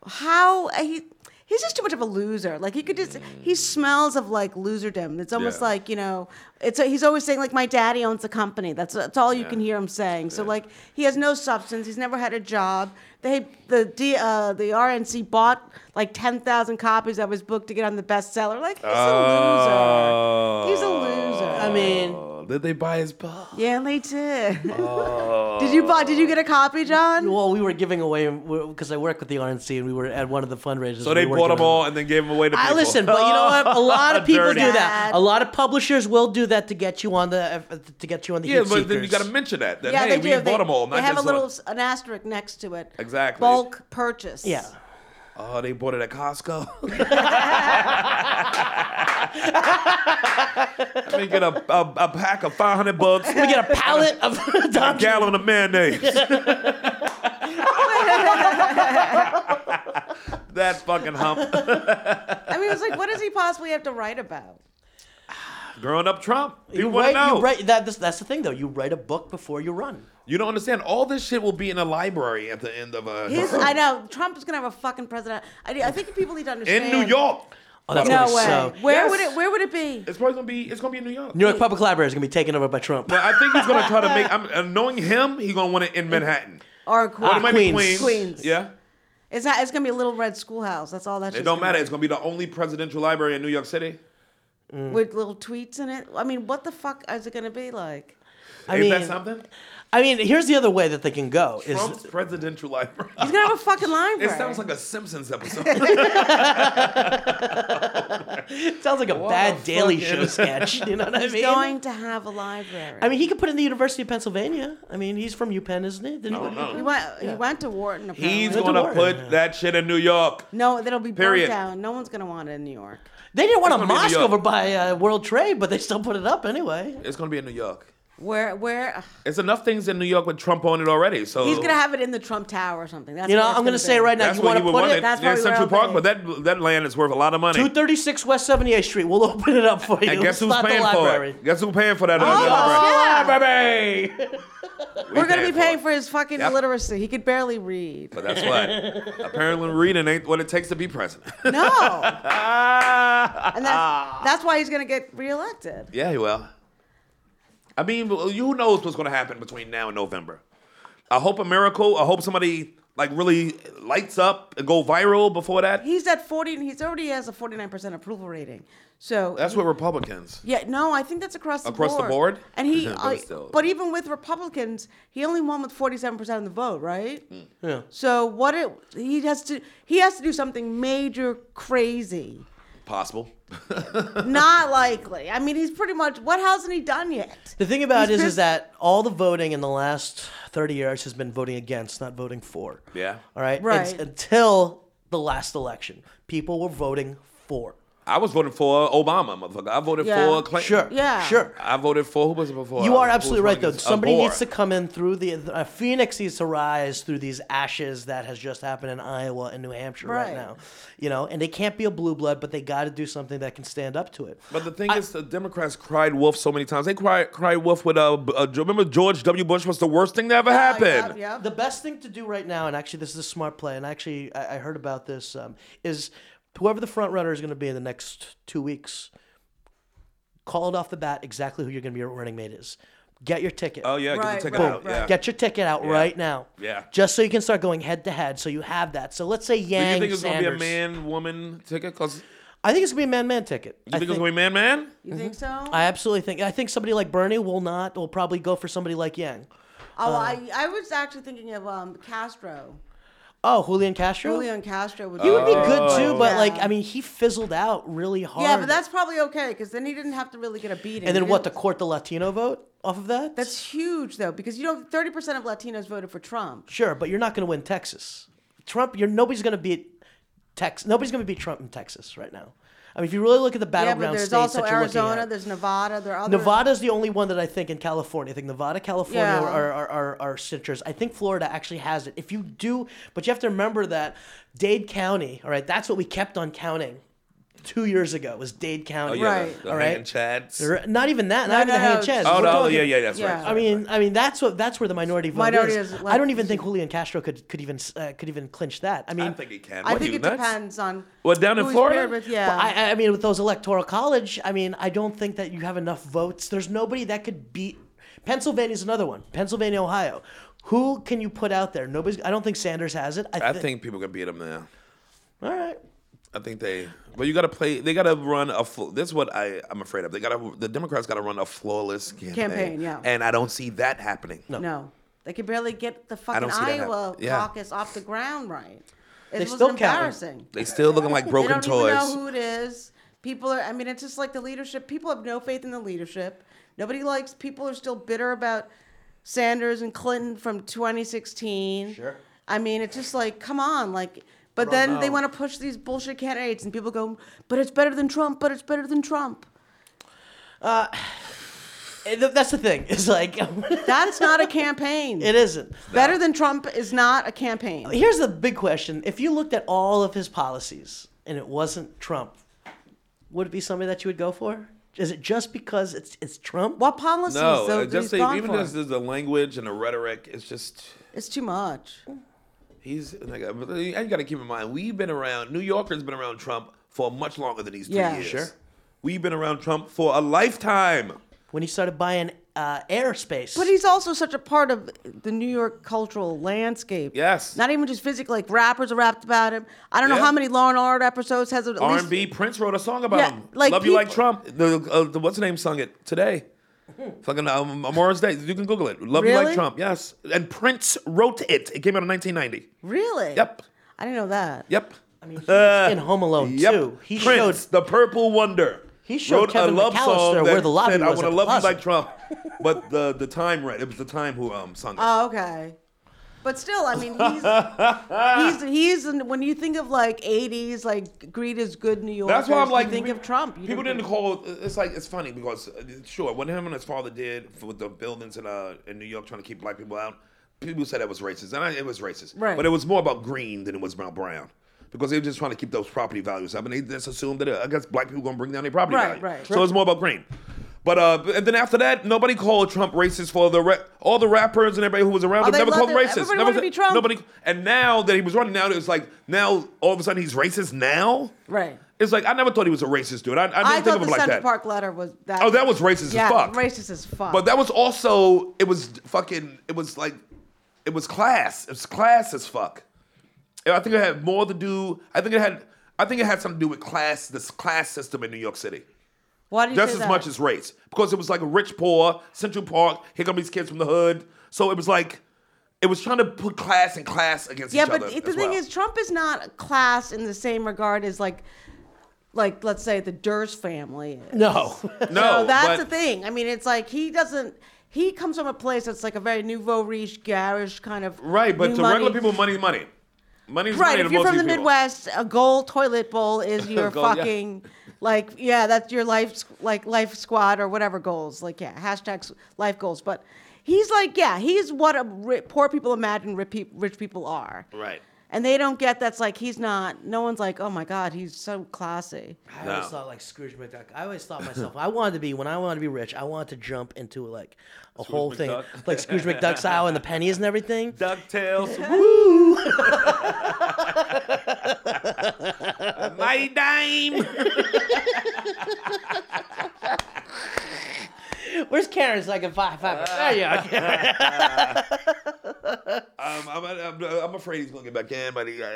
Speaker 6: how uh, he he's just too much of a loser. Like he could just he smells of like loserdom. It's almost
Speaker 2: Mm. Yeah.
Speaker 6: like you know, it's he's always saying like my daddy owns the company. That's that's all you can hear him saying. So like he has no substance. He's never had a job. They the D, uh, the RNC bought like ten thousand copies of his book to get on the bestseller. Like he's
Speaker 7: Uh,
Speaker 6: a loser. He's a loser.
Speaker 7: I mean,
Speaker 2: Oh, did they buy his book?
Speaker 6: yeah, they did.
Speaker 2: Oh.
Speaker 6: did you buy? Did you get a copy, John?
Speaker 7: well, we were giving away because I work with the RNC and we were at one of the fundraisers.
Speaker 2: So they
Speaker 7: we were
Speaker 2: bought them
Speaker 7: giving-
Speaker 2: all and then gave them away to people.
Speaker 7: I listen, but you know what? A lot of people do
Speaker 2: Dirty.
Speaker 7: that.
Speaker 6: Bad.
Speaker 7: A lot of publishers will do that to get you on the uh, to get you on the
Speaker 2: yeah,
Speaker 7: heat
Speaker 2: but then you
Speaker 7: seekers.
Speaker 2: got to mention that. That
Speaker 6: Yeah,
Speaker 2: hey, we
Speaker 6: they do.
Speaker 2: bought
Speaker 6: They,
Speaker 2: them all.
Speaker 6: they
Speaker 2: not
Speaker 6: have a
Speaker 2: just
Speaker 6: little
Speaker 2: one.
Speaker 6: s- an asterisk next to it.
Speaker 2: Exactly.
Speaker 6: Bulk purchase.
Speaker 7: Yeah.
Speaker 2: Oh, they bought it at Costco. Let me get a, a, a pack of 500 bucks,
Speaker 7: We get a pallet of
Speaker 2: a
Speaker 7: Don
Speaker 2: gallon of mayonnaise. that fucking hump.
Speaker 6: I mean, it's like, what does he possibly have to write about?
Speaker 2: Growing up Trump.
Speaker 7: You
Speaker 2: You want to
Speaker 7: write,
Speaker 2: know.
Speaker 7: you write that. This, that's the thing, though. You write a book before you run.
Speaker 2: You don't understand. All this shit will be in a library at the end of uh, a.
Speaker 6: His, I know Trump is gonna have a fucking president. I, I think people need to understand.
Speaker 2: in New York.
Speaker 7: Oh, that's
Speaker 6: No
Speaker 7: gonna
Speaker 6: way.
Speaker 7: be so-
Speaker 6: where
Speaker 2: Yes.
Speaker 6: would it? Where would it be?
Speaker 2: It's probably gonna be. It's gonna be in New York.
Speaker 7: New York Public Library is going to be taken over by Trump.
Speaker 2: But I think he's gonna try to make. I'm, uh, knowing him, he's gonna want it in Manhattan.
Speaker 6: Or
Speaker 2: But it
Speaker 6: Queens?
Speaker 2: might be
Speaker 7: Queens.
Speaker 2: Queens.
Speaker 6: Queens.
Speaker 2: Yeah.
Speaker 6: It's not. It's gonna be a little red schoolhouse. That's all. That's
Speaker 2: It don't matter. It's gonna be the only presidential library in New York City.
Speaker 6: with little tweets in it. I mean, what the fuck is it gonna be like?
Speaker 7: I
Speaker 2: Ain't
Speaker 7: mean,
Speaker 2: that something?
Speaker 7: I mean, here's the other way that they can go is
Speaker 2: Trump's presidential library.
Speaker 6: He's gonna have a fucking library.
Speaker 2: It sounds like a Simpsons episode.
Speaker 7: Sounds like a
Speaker 2: What
Speaker 7: bad
Speaker 2: a
Speaker 7: Daily
Speaker 2: fucking-
Speaker 7: Show sketch. You know what I
Speaker 6: He's
Speaker 7: mean?
Speaker 6: going to have a library.
Speaker 7: I mean, he could put in the University of Pennsylvania. I mean, he's from UPenn, isn't he? Didn't he go to
Speaker 6: he
Speaker 7: UPenn?
Speaker 6: went. He went to Wharton. Apparently.
Speaker 2: He's
Speaker 7: Went to
Speaker 2: gonna
Speaker 7: Warren.
Speaker 2: put that shit in New York.
Speaker 6: No, that'll be burnt
Speaker 2: Period.
Speaker 6: down. No one's gonna want it in New York.
Speaker 7: They didn't want a
Speaker 2: gonna be in New
Speaker 7: mosque
Speaker 2: York.
Speaker 7: over by uh, World Trade, but they still put it up anyway.
Speaker 2: It's gonna be in New York.
Speaker 6: Where? Where? ugh.
Speaker 2: It's enough things in New York with Trump on it already. So
Speaker 6: He's gonna have it in the Trump Tower or something. That's
Speaker 7: You know,
Speaker 6: where it's
Speaker 7: I'm going to say right now,
Speaker 2: That's
Speaker 7: you
Speaker 2: what
Speaker 7: want
Speaker 2: he
Speaker 7: to
Speaker 2: would
Speaker 7: put
Speaker 2: want
Speaker 7: it
Speaker 2: it
Speaker 6: That's why
Speaker 2: near
Speaker 6: we were
Speaker 2: Central Park,
Speaker 6: opening.
Speaker 2: but that that land is worth a lot of money.
Speaker 7: 236 West 78th Street. We'll open it up for you.
Speaker 2: And guess
Speaker 7: It's
Speaker 2: who's
Speaker 7: not the
Speaker 2: paying for
Speaker 7: library.
Speaker 2: it? Guess who's paying for that? in the
Speaker 6: Oh,
Speaker 2: library?
Speaker 6: yeah.
Speaker 7: Library.
Speaker 6: We're gonna be paying for
Speaker 2: it.
Speaker 6: his fucking
Speaker 2: Yep.
Speaker 6: illiteracy. He could barely read.
Speaker 2: But that's what. Apparently, reading ain't what it takes to be president.
Speaker 6: No,
Speaker 2: yeah,
Speaker 6: and
Speaker 2: Ah.
Speaker 6: that's, that's why he's gonna get reelected.
Speaker 2: he will. I mean, who knows what's going to happen between now and November? I hope a miracle. I hope somebody like really lights up and go viral before that.
Speaker 6: He's at 40. He's already has a 49 percent approval rating. So
Speaker 2: That's what Republicans.
Speaker 6: yeah, no, I think that's across the
Speaker 2: Across the
Speaker 6: board.
Speaker 2: board?
Speaker 6: And he,
Speaker 2: But
Speaker 6: I-
Speaker 2: still.
Speaker 6: but even with Republicans, he only won with 47 percent of the vote, right?
Speaker 2: Hmm.
Speaker 6: Yeah. So what it he has to he has to do something major crazy.
Speaker 2: Possible.
Speaker 6: Not likely. I mean, he's pretty much what hasn't he done yet?
Speaker 7: The thing about it
Speaker 6: He's
Speaker 7: is,
Speaker 6: pissed-
Speaker 7: is that all the voting in the last 30 years has been voting against, not voting for.
Speaker 2: Yeah.
Speaker 7: All right. It's
Speaker 6: Right.
Speaker 7: until the last election, people were voting for.
Speaker 2: I was voting for Obama, motherfucker. I voted
Speaker 6: Yeah.
Speaker 2: for Clinton.
Speaker 7: Sure.
Speaker 6: Yeah.
Speaker 7: Sure.
Speaker 2: I voted for who was it before?
Speaker 7: You
Speaker 2: Uh,
Speaker 7: are
Speaker 2: who
Speaker 7: absolutely
Speaker 2: was
Speaker 7: right, though.
Speaker 2: running against- uh,
Speaker 7: Somebody
Speaker 2: Gore.
Speaker 7: needs to come in through the a phoenix needs to rise through these ashes that has just happened in Iowa and New Hampshire right,
Speaker 6: Right.
Speaker 7: now. You know, and they can't be a blue blood, but they got to do something that can stand up to it.
Speaker 2: But the thing is, the Democrats cried wolf so many times. They cried cried wolf with uh, B- uh, remember George W. Bush was the worst thing that ever happened.
Speaker 6: Oh, Yeah.
Speaker 7: The best thing to do right now, and actually this is a smart play, and actually I, I heard about this, um, is whoever the front runner is going to be in the next two weeks, call it off the bat exactly who you're going to be your running mate is. Get your ticket.
Speaker 2: Oh yeah,
Speaker 6: Right,
Speaker 2: get the ticket
Speaker 6: right,
Speaker 2: out.
Speaker 6: right.
Speaker 2: Yeah.
Speaker 7: Get your ticket out right now.
Speaker 2: Yeah.
Speaker 7: Just so you can start going head to head, so you have that. So let's say
Speaker 2: Do
Speaker 7: Yang
Speaker 2: you think it's gonna be a
Speaker 7: Sanders.
Speaker 2: man woman ticket? Cause you
Speaker 7: I think it's gonna be a man man ticket. I
Speaker 2: think, it's gonna be man man?
Speaker 6: You think so? Oh,
Speaker 7: I absolutely think. I think somebody like Bernie will not. Will probably go for somebody like Yang.
Speaker 6: oh,
Speaker 7: Uh,
Speaker 6: I, I was actually thinking of um, Castro.
Speaker 7: Oh, Julian Castro.
Speaker 6: Julian Castro would
Speaker 7: He would be
Speaker 2: Oh,
Speaker 7: good too, but
Speaker 6: Yeah.
Speaker 7: like I mean, he fizzled out really hard.
Speaker 6: Yeah, but that's probably okay because then he didn't have to really get a beating.
Speaker 7: and then
Speaker 6: He
Speaker 7: what? The
Speaker 6: didn't-
Speaker 7: court the Latino vote off of that?
Speaker 6: That's huge though because you know 30% of Latinos voted for Trump.
Speaker 7: sure, but you're not gonna win Texas. Trump, you're nobody's gonna beat Tex. Nobody's gonna beat Trump in Texas right now. I mean, if you really look at the
Speaker 6: Yeah,
Speaker 7: battleground
Speaker 6: but there's
Speaker 7: states
Speaker 6: also
Speaker 7: that you're looking
Speaker 6: Arizona,
Speaker 7: at-
Speaker 6: there's Nevada, there are other
Speaker 7: Nevada's the only one that I think in California. I think Nevada, California
Speaker 6: Yeah.
Speaker 7: are, are, are, are citrus. I think Florida actually has it. If you do, but you have to remember that Dade County, all right, that's what we kept on counting two years ago was Dade County.
Speaker 2: Oh yeah,
Speaker 6: Right.
Speaker 2: the, the
Speaker 7: all right.
Speaker 2: hanging chads.
Speaker 7: Or- Not even that. Not even
Speaker 6: no,
Speaker 7: the hand
Speaker 6: no,
Speaker 7: chest.
Speaker 2: Oh
Speaker 7: We're
Speaker 2: no,
Speaker 7: talking-
Speaker 2: yeah, yeah, that's right.
Speaker 6: Yeah.
Speaker 7: I mean, I mean that's what that's where the minority vote
Speaker 6: Minority
Speaker 7: is.
Speaker 6: is
Speaker 7: I don't even think Julian Castro could could even uh, could even clinch that. I mean,
Speaker 2: I think it can.
Speaker 6: I
Speaker 2: What,
Speaker 6: think
Speaker 2: you
Speaker 6: it
Speaker 2: nuts?
Speaker 6: depends on
Speaker 2: Well, down in
Speaker 6: who he's
Speaker 2: Florida?
Speaker 6: paired with, yeah.
Speaker 7: Well, I, I mean, with those electoral college, I mean, I don't think that you have enough votes. There's nobody that could beat. Pennsylvania's another one. Pennsylvania, Ohio. Who can you put out there? Nobody's. I don't think Sanders has it.
Speaker 2: I
Speaker 7: thi-
Speaker 2: think people can beat them now.
Speaker 7: All right.
Speaker 2: I think they, but you got to play. They got to run a. fl- This is what I I'm afraid of. They got to. The Democrats got to run a flawless campaign.
Speaker 6: Campaign, yeah.
Speaker 2: And I don't see that happening. No.
Speaker 6: no. They could barely get the fucking
Speaker 2: don't see that
Speaker 6: Iowa
Speaker 2: happening. Yeah.
Speaker 6: caucus off the ground right. It was
Speaker 7: still count 'em.
Speaker 6: embarrassing.
Speaker 2: They still looking like
Speaker 6: They
Speaker 2: broken
Speaker 6: don't even know
Speaker 2: toys.
Speaker 6: who it is. People are. I mean, it's just like the leadership. People have no faith in the leadership. Nobody likes. People are still bitter about Sanders and Clinton from 2016. Sure. I mean, it's just like, come on, like. But then they want to push these bullshit candidates, and people go, "But it's better than Trump. But it's better than Trump."
Speaker 7: And Eh, th- That's the thing. Is like it
Speaker 6: That's not a campaign.
Speaker 7: isn't.
Speaker 6: better than Trump is not a
Speaker 2: Oh,
Speaker 6: campaign.
Speaker 7: Here's the big question: If you looked at all of his policies and it wasn't Trump, would it be somebody that you would go for? Is it just because it's it's Trump?
Speaker 6: What policies?
Speaker 2: No,
Speaker 6: though,
Speaker 2: uh,
Speaker 6: that
Speaker 2: just
Speaker 6: he's
Speaker 2: say,
Speaker 6: gone
Speaker 2: even
Speaker 6: for?
Speaker 2: just the language and the rhetoric. It's just
Speaker 6: it's too much.
Speaker 2: he's. Like, and you got to keep in mind, we've been around. New Yorkers been around Trump for much longer than these three
Speaker 6: Yeah.
Speaker 2: years.
Speaker 6: Sure.
Speaker 2: We've been around Trump for a lifetime.
Speaker 7: When he started buying uh, airspace,
Speaker 6: But he's also such a part of the New York cultural landscape.
Speaker 2: Yes.
Speaker 6: Not even just physically, like rappers are rapped about him. I don't know
Speaker 2: Yeah.
Speaker 6: how many Law and Order episodes has at
Speaker 2: R
Speaker 6: least.
Speaker 2: and B. Prince wrote a song about
Speaker 6: Yeah,
Speaker 2: him.
Speaker 6: like
Speaker 2: Love you like
Speaker 6: people-
Speaker 2: Trump. The, uh, the what's her name sung it today. Fucking um, Morris Day. You can Google it. Love you like
Speaker 6: Really?
Speaker 2: Trump. Yes, and Prince wrote it. It came out in 1990.
Speaker 6: Really?
Speaker 2: Yep.
Speaker 6: I didn't know that.
Speaker 2: Yep.
Speaker 7: I mean, he was in Home Alone
Speaker 2: Yep.
Speaker 7: too. He
Speaker 2: Prince,
Speaker 7: showed
Speaker 2: the Purple Wonder.
Speaker 7: He showed Kevin McAllister where the lobby
Speaker 2: said, I
Speaker 7: was
Speaker 2: wanna
Speaker 7: at the
Speaker 2: love
Speaker 7: closet."
Speaker 2: you like Trump, but the the time right. It was the time who um sung it.
Speaker 6: Oh, okay. But still, I mean, he's he's he's in- when you think of like '80s, like greed is good New York.
Speaker 2: That's why I'm like
Speaker 6: think
Speaker 2: we-
Speaker 6: of Trump. You
Speaker 2: people
Speaker 6: don't
Speaker 2: didn't call. It's like it's funny because uh, sure, what him and his father did for, with the buildings in uh in New York trying to keep black people out, people said that was racist, and I, it was racist.
Speaker 6: Right.
Speaker 2: But it was more about green than it was about brown. Because they were just trying to keep those property values up, and they just assumed that uh, I guess black people gonna bring down their property
Speaker 6: Right,
Speaker 2: value.
Speaker 6: right.
Speaker 2: So it's more about green. But uh, b- and then after that, nobody called Trump racist for the ra- all the rappers and everybody who was around
Speaker 6: Oh,
Speaker 2: him
Speaker 6: they
Speaker 2: never
Speaker 6: loved
Speaker 2: called him
Speaker 6: it.
Speaker 2: racist.
Speaker 6: Everybody
Speaker 2: never
Speaker 6: wanted to
Speaker 2: said-
Speaker 6: be Trump.
Speaker 2: Nobody. And now that he was running, now it's like now all of a sudden he's racist now.
Speaker 6: Right.
Speaker 2: It's like I never thought he was a racist dude. I, I didn't
Speaker 6: I
Speaker 2: think
Speaker 6: thought
Speaker 2: of
Speaker 6: the
Speaker 2: him like
Speaker 6: Central
Speaker 2: that.
Speaker 6: Park letter was that.
Speaker 2: Oh, that was racist
Speaker 6: yeah,
Speaker 2: as fuck.
Speaker 6: racist as fuck.
Speaker 2: But that was also it was fucking it was like it was class. It was class as fuck. And I think it had more to do. I think it had. I think it had something to do with class. This class system in New York City.
Speaker 6: why do you
Speaker 2: Just
Speaker 6: say
Speaker 2: as
Speaker 6: that?
Speaker 2: much as race, because it was like a rich, poor Central Park. Here come these kids from the hood. So it was like, it was trying to put class and class against
Speaker 6: Yeah,
Speaker 2: each
Speaker 6: but
Speaker 2: other.
Speaker 6: it- the
Speaker 2: as
Speaker 6: thing
Speaker 2: well.
Speaker 6: is, Trump is not class in the same regard as like, like let's say the Durst family. Is.
Speaker 7: no.
Speaker 2: no,
Speaker 6: so that's
Speaker 2: but-
Speaker 6: the thing. I mean, it's like he doesn't. He comes from a place that's like a very nouveau riche, garish kind of
Speaker 2: Right, but
Speaker 6: new
Speaker 2: to
Speaker 6: money.
Speaker 2: regular people, money's money. Money's money
Speaker 6: Right,
Speaker 2: to
Speaker 6: if you're
Speaker 2: most
Speaker 6: from the
Speaker 2: people.
Speaker 6: Midwest, a gold toilet bowl is your
Speaker 2: Gold, yeah.
Speaker 6: fucking like yeah, that's your life like life squad or whatever goals. Like yeah, hashtags life goals. But he's like yeah, he's what a ri- poor people imagine ri- peop- rich people are.
Speaker 2: Right.
Speaker 6: And they don't get that's like he's not. No one's like, oh my god, he's so classy.
Speaker 7: I always thought like Scrooge McDuck. I always thought myself. I wanted to be when I wanted to be rich. I wanted to jump into like a whole thing,
Speaker 2: McDuck.
Speaker 7: like Scrooge McDuck style and the pennies and everything.
Speaker 2: DuckTales. Woo! My dime.
Speaker 7: Where's Karen? So I can five five.
Speaker 2: Ah.
Speaker 7: There you are. Karen.
Speaker 2: Um, I'm, I'm, I'm afraid he's gonna get back in, but he, uh,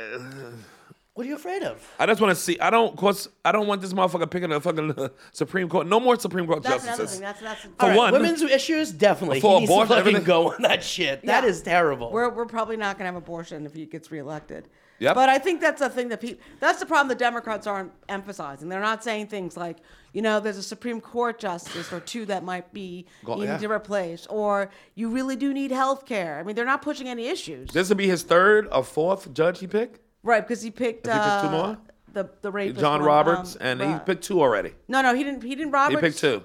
Speaker 7: What are you afraid of?
Speaker 2: I just want to see. I don't, cause I don't want this motherfucker picking a fucking uh, Supreme Court. No more Supreme Court
Speaker 6: That's another
Speaker 2: justices.
Speaker 6: thing. That's that's.
Speaker 2: For
Speaker 6: All
Speaker 2: one,
Speaker 7: Women's issues definitely.
Speaker 2: For
Speaker 7: he needs to
Speaker 2: abortion,
Speaker 7: fucking
Speaker 2: everything.
Speaker 7: go on that shit. That
Speaker 6: Yeah.
Speaker 7: is terrible.
Speaker 6: We're, we're probably not going to have abortion if he gets reelected.
Speaker 2: Yep.
Speaker 6: But I think that's the thing that people, that's the problem the Democrats aren't emphasizing. They're not saying things like, you know, there's a Supreme Court justice or two that might be
Speaker 2: Go-
Speaker 6: needing
Speaker 2: yeah.
Speaker 6: to replace, or you really do need health care. I mean, they're not pushing any issues.
Speaker 2: this would be his third or fourth judge he picked.
Speaker 6: right, because he picked,
Speaker 2: Has he picked two
Speaker 6: uh,
Speaker 2: more?
Speaker 6: the, the rapist.
Speaker 2: John
Speaker 6: one,
Speaker 2: Roberts,
Speaker 6: um,
Speaker 2: and he
Speaker 6: Ro-
Speaker 2: picked two already.
Speaker 6: No, no, he didn't, he didn't Roberts.
Speaker 2: He picked two.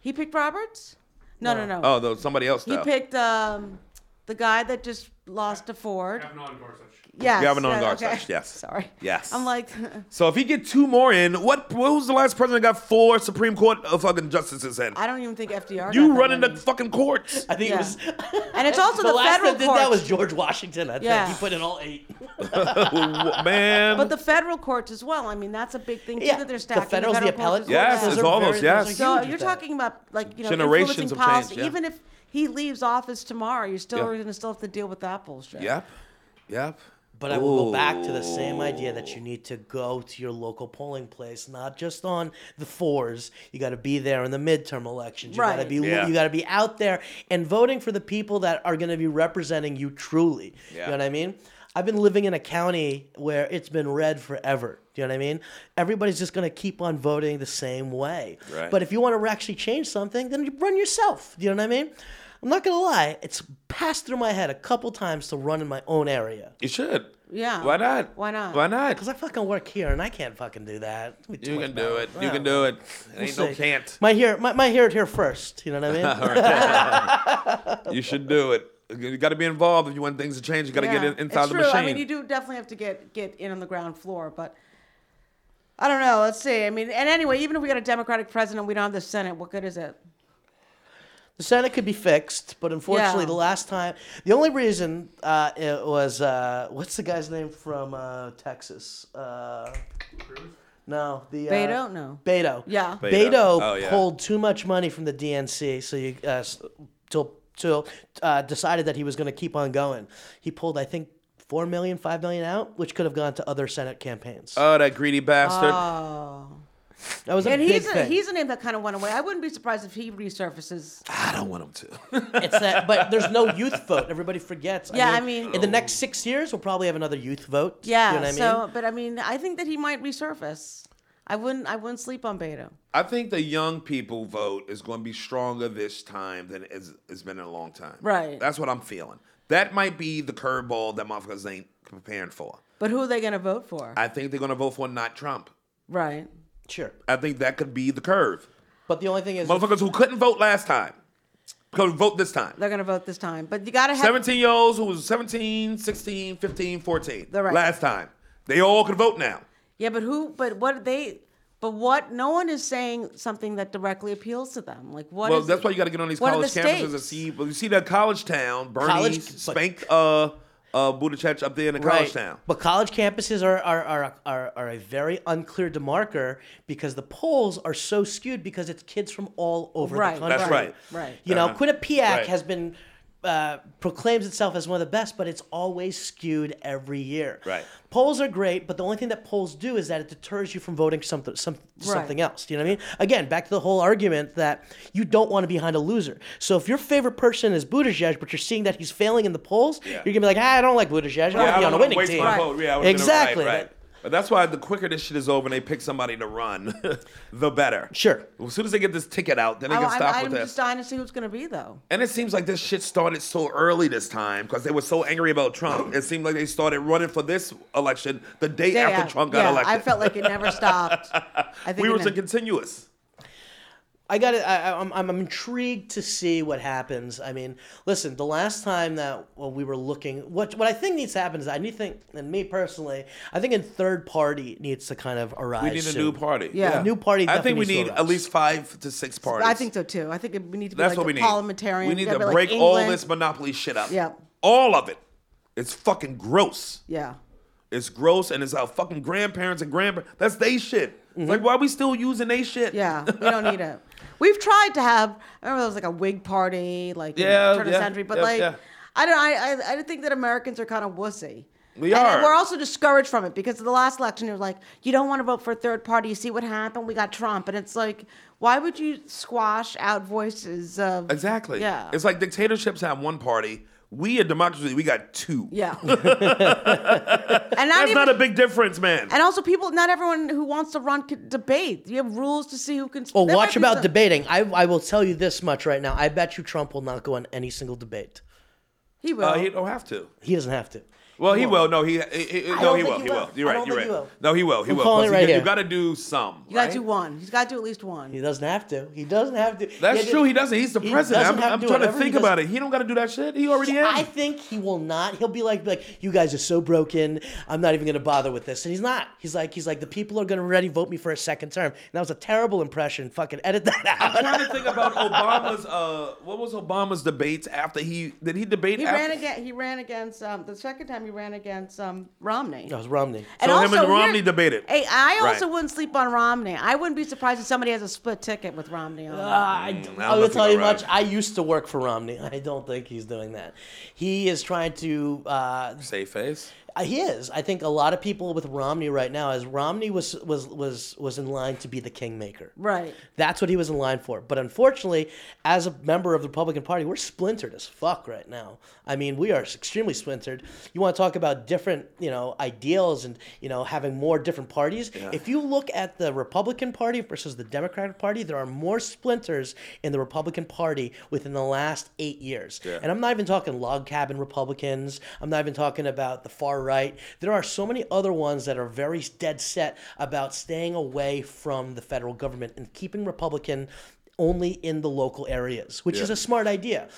Speaker 6: He picked Roberts? No, no, no.
Speaker 2: Oh, though somebody else.
Speaker 6: he
Speaker 2: though.
Speaker 6: picked um, the guy that just lost to Ford.
Speaker 4: Kavanaugh Gorsuch.
Speaker 6: Yes.
Speaker 2: Gavin
Speaker 6: yeah,
Speaker 2: Ongar
Speaker 6: okay.
Speaker 2: such, yes.
Speaker 6: Sorry.
Speaker 2: Yes.
Speaker 6: I'm like,
Speaker 2: So if he get two more in, what? Who's the last person that got four Supreme Court uh, fucking justices in?
Speaker 6: I don't even think FDR.
Speaker 2: You
Speaker 6: got that
Speaker 2: running the
Speaker 6: many.
Speaker 2: fucking courts.
Speaker 7: I think
Speaker 6: Yeah.
Speaker 7: it was.
Speaker 6: and it's also the,
Speaker 7: the last
Speaker 6: federal
Speaker 7: that did that
Speaker 6: court.
Speaker 7: was George Washington. I think
Speaker 6: Yeah.
Speaker 7: he put in all eight.
Speaker 2: Well, Man.
Speaker 6: But the federal courts as well. I mean, that's a big thing too
Speaker 7: Yeah,
Speaker 6: that they're
Speaker 7: the
Speaker 6: stacking.
Speaker 7: federal's the
Speaker 6: federal
Speaker 7: appellate
Speaker 6: courts as well.
Speaker 2: Yes,
Speaker 6: Yeah.
Speaker 2: it's
Speaker 7: Those are
Speaker 2: almost,
Speaker 7: very-
Speaker 2: yes.
Speaker 7: those are
Speaker 6: So
Speaker 7: huge
Speaker 6: you're
Speaker 7: with that.
Speaker 6: talking about like you know
Speaker 2: Generations
Speaker 6: influencing
Speaker 2: of
Speaker 6: policy.
Speaker 2: change, yeah.
Speaker 6: Even if he leaves office tomorrow, you're still
Speaker 2: Yeah.
Speaker 6: going to still have to deal with that bullshit.
Speaker 2: yep. Yep.
Speaker 7: But I will go back to the same idea that you need to go to your local polling place, not just on the fours. You got to be there in the midterm elections. You got
Speaker 6: Right.
Speaker 7: to be
Speaker 2: Yeah.
Speaker 7: you got to be out there and voting for the people that are going to be representing you truly.
Speaker 2: Yeah.
Speaker 7: You know what I mean? I've been living in a county where it's been red forever. Do you know what I mean? Everybody's just going to keep on voting the same way.
Speaker 2: Right.
Speaker 7: But if you want to actually change something, then you run yourself. Do you know what I mean? I'm not going to lie. It's passed through my head a couple times to run in my own area.
Speaker 2: You should.
Speaker 6: Yeah.
Speaker 2: Why not?
Speaker 6: Why not?
Speaker 2: Why not?
Speaker 7: Because I fucking work here and I can't fucking do that. Let me
Speaker 2: You
Speaker 7: talk
Speaker 2: can
Speaker 7: about
Speaker 2: do it. You can do it. It ain't no
Speaker 7: See,
Speaker 2: can't.
Speaker 7: My hear, my, my hear it here first. You know what I mean?
Speaker 2: You should do it. You got to be involved if you want things to change. You got to get
Speaker 6: Yeah.
Speaker 2: in, inside
Speaker 6: it's
Speaker 2: the
Speaker 6: true.
Speaker 2: machine.
Speaker 6: I mean, you do definitely have to get get in on the ground floor, but I don't know. Let's see. I mean, and anyway, even if we got a Democratic president, we don't have the Senate. What good is it?
Speaker 7: the Senate could be fixed, but unfortunately,
Speaker 6: Yeah.
Speaker 7: the last time, the only reason uh, it was uh, what's the guy's name from uh, Texas? Uh, no, the uh,
Speaker 6: Beto? No.
Speaker 7: Beto.
Speaker 6: Yeah.
Speaker 7: Beto,
Speaker 2: Beto. Oh, yeah.
Speaker 7: pulled too much money from the DNC, so you uh, s- till till uh, decided that he was going to keep on going. He pulled, I think. Four million, five million out, which could have gone to other Senate campaigns.
Speaker 2: oh, that greedy bastard.
Speaker 6: Ah.
Speaker 7: That was a
Speaker 6: And
Speaker 7: big
Speaker 6: he's a,
Speaker 7: thing.
Speaker 6: he's a name that kind of went away. I wouldn't be surprised if he resurfaces.
Speaker 2: I don't want him to.
Speaker 7: It's that, but there's no youth vote. Everybody forgets.
Speaker 6: Yeah, I mean-
Speaker 7: in the next six years, we'll probably have another youth vote.
Speaker 6: Yeah.
Speaker 7: you know what I mean.
Speaker 6: So, but I mean, I think that he might resurface. I wouldn't. I wouldn't sleep on Beto.
Speaker 2: I think the young people vote is going to be stronger this time than it's, it's been in a long time.
Speaker 6: Right.
Speaker 2: That's what I'm feeling. That might be the curveball that motherfuckers ain't preparing for.
Speaker 6: But who are they going to vote for?
Speaker 2: I think they're going to vote for not Trump.
Speaker 6: right.
Speaker 7: sure,
Speaker 2: I think that could be the curve.
Speaker 7: but the only thing is,
Speaker 2: Motherfuckers who couldn't vote last time could vote this time.
Speaker 6: They're going to vote this time. But you got to have.
Speaker 2: 17 year olds who was 17, 16, 15, 14
Speaker 6: They're right.
Speaker 2: last time. They all could vote now.
Speaker 6: Yeah, but who? But what they? But what? No one is saying something that directly appeals to them. Like what?
Speaker 2: well,
Speaker 6: is-
Speaker 2: that's why you got to get on these
Speaker 6: what are
Speaker 2: college
Speaker 6: the
Speaker 2: campuses and
Speaker 6: stakes?
Speaker 2: see. Well, you see that college town, Bernie
Speaker 7: College-
Speaker 2: spanked uh, uh, Buttigieg up there in the college town.
Speaker 7: But college campuses are are, are, are are a very unclear demarker because the polls are so skewed because it's kids from all over
Speaker 6: Right,
Speaker 7: the country.
Speaker 2: That's right. Uh-huh.
Speaker 6: right.
Speaker 7: You know, Quinnipiac
Speaker 2: Right.
Speaker 7: has been uh, proclaims itself as one of the best, but it's always skewed every year.
Speaker 2: Right.
Speaker 7: Polls are great, but the only thing that polls do is that it deters you from voting something some, something
Speaker 6: Right.
Speaker 7: else. Do you know what I mean? Again, back to the whole argument that you don't want to be behind a loser. So if your favorite person is Buttigieg, but you're seeing that he's failing in the polls, you're gonna be like, ah, I don't like Buttigieg. I don't
Speaker 2: Yeah,
Speaker 7: want to
Speaker 2: I
Speaker 7: be on a
Speaker 2: don't wanna
Speaker 7: winning
Speaker 2: waste
Speaker 7: team.
Speaker 2: my vote. Yeah, I was gonna-
Speaker 7: exactly.
Speaker 2: right, right. But that's why the quicker this shit is over and they pick somebody to run, the better.
Speaker 7: Sure.
Speaker 2: As soon as they get this ticket out, then they
Speaker 6: I,
Speaker 2: can stop
Speaker 6: I, I'm
Speaker 2: with this.
Speaker 6: just dying to see who's going to be though.
Speaker 2: And it seems like this shit started so early this time because they were so angry about Trump. It seemed like they started running for this election the day
Speaker 6: Yeah,
Speaker 2: after
Speaker 6: yeah,
Speaker 2: Trump got
Speaker 6: yeah,
Speaker 2: elected.
Speaker 6: I felt like it never stopped. I think
Speaker 2: we
Speaker 6: it
Speaker 2: were
Speaker 6: never-
Speaker 2: so continuous.
Speaker 7: I got to I, I'm, I'm intrigued to see what happens. I mean, listen, the last time that well, we were looking, what what I think needs to happen is I need to think, and me personally, I think a third party needs to kind of arrive.
Speaker 2: We need a
Speaker 7: soon.
Speaker 2: new party.
Speaker 6: Yeah. A
Speaker 7: new party
Speaker 2: I think
Speaker 7: definitely
Speaker 2: we
Speaker 7: needs to
Speaker 2: need
Speaker 7: arise.
Speaker 2: at least five to six parties.
Speaker 6: I think so too. I think it- we need to be
Speaker 2: That's
Speaker 6: like
Speaker 2: what
Speaker 6: a
Speaker 2: we need.
Speaker 6: parliamentarian.
Speaker 2: We
Speaker 6: We
Speaker 2: need
Speaker 6: gotta
Speaker 2: to
Speaker 6: be like
Speaker 2: break all
Speaker 6: England.
Speaker 2: this monopoly shit up.
Speaker 6: Yeah.
Speaker 2: All of it. It's fucking gross.
Speaker 6: Yeah.
Speaker 2: It's gross, and it's our fucking grandparents and grandparents. That's they shit. Like, why we still using they shit?
Speaker 6: Mm-hmm. Yeah, we don't need it. We've tried to have. I remember there was like a Whig party, like
Speaker 2: Yeah,
Speaker 6: in the turn
Speaker 2: yeah,
Speaker 6: of century, but
Speaker 2: yeah,
Speaker 6: like
Speaker 2: yeah.
Speaker 6: I don't. I, I I think that Americans are kind of wussy.
Speaker 2: We
Speaker 6: And
Speaker 2: are.
Speaker 6: We're also discouraged from it because of the last election, it was like, you don't want to vote for a third party. You see what happened? We got Trump, and it's like, why would you squash out voices of
Speaker 2: Exactly.
Speaker 6: Yeah.
Speaker 2: It's like dictatorships have one party. We a democracy, we got two.
Speaker 6: yeah. and not
Speaker 2: That's
Speaker 6: even
Speaker 2: not a big difference, man.
Speaker 6: And also, people, not everyone who wants to run can debate. You have rules to see who can.
Speaker 7: Well,
Speaker 6: there might
Speaker 7: watch
Speaker 6: be
Speaker 7: about
Speaker 6: some-
Speaker 7: debating. I, I will tell you this much right now. I bet you Trump will not go on any single debate.
Speaker 6: He will.
Speaker 2: Uh, he don't have to.
Speaker 7: He doesn't have to.
Speaker 2: Well, he will. No, he, he, he- no,
Speaker 7: don't
Speaker 2: he
Speaker 7: think
Speaker 2: will.
Speaker 7: he
Speaker 2: He
Speaker 7: will.
Speaker 2: will. You're
Speaker 7: I don't
Speaker 2: right.
Speaker 7: think
Speaker 2: You're right.
Speaker 7: he will.
Speaker 2: No, he will. He
Speaker 7: I'm
Speaker 2: will.
Speaker 7: calling
Speaker 2: Plus,
Speaker 7: it right
Speaker 2: you,
Speaker 7: here.
Speaker 2: got to do some.
Speaker 6: you got
Speaker 2: right?
Speaker 6: to do one. He's got to do at least one.
Speaker 7: He doesn't have to. He doesn't have to.
Speaker 2: That's
Speaker 7: Yeah, dude.
Speaker 2: true. He doesn't. He's the
Speaker 7: He
Speaker 2: president.
Speaker 7: doesn't
Speaker 2: I'm,
Speaker 7: have
Speaker 2: I'm
Speaker 7: to do
Speaker 2: trying to
Speaker 7: whatever he
Speaker 2: think
Speaker 7: does.
Speaker 2: about it. He don't got to do that shit. He already is.
Speaker 7: I think he will not. He'll be like, like you guys are so broken. I'm not even going to bother with this. And he's not. He's like, he's like, the people are going to already vote me for a second term. And that was a terrible impression. Fucking edit that out.
Speaker 2: I'm trying to think about Obama's. Uh, what was Obama's debates after he did he debate?
Speaker 6: He
Speaker 2: after?
Speaker 6: ran against. He ran against. Um, the second time he ran against um, Romney.
Speaker 7: That was Romney.
Speaker 2: So him and
Speaker 6: here-
Speaker 2: Romney debated.
Speaker 6: Hey, I
Speaker 2: Right.
Speaker 6: also wouldn't sleep on Romney. I wouldn't be surprised if somebody has a split ticket with Romney on. it.
Speaker 7: I,
Speaker 2: I
Speaker 7: I
Speaker 2: don't know
Speaker 7: will
Speaker 2: if
Speaker 7: tell
Speaker 2: we
Speaker 7: you
Speaker 2: got
Speaker 7: much.
Speaker 2: Romney.
Speaker 7: I used to work for Romney. I don't think he's doing that. He is trying to uh,
Speaker 2: Save face.
Speaker 7: Uh, He is. I think a lot of people with Romney right now, as Romney was was was was in line to be the kingmaker.
Speaker 6: Right.
Speaker 7: That's what he was in line for. But unfortunately, as a member of the Republican Party, we're splintered as fuck right now. I mean, we are extremely splintered. You want to talk about different, you know, ideals and you know having more different parties. If you look at the Republican Party versus the Democratic Party, there are more splinters in the Republican Party within the last eight years. And I'm not even talking log cabin Republicans. I'm not even talking about the far right. There are so many other ones that are very dead set about staying away from the federal government and keeping Republican only in the local areas, which is a smart idea.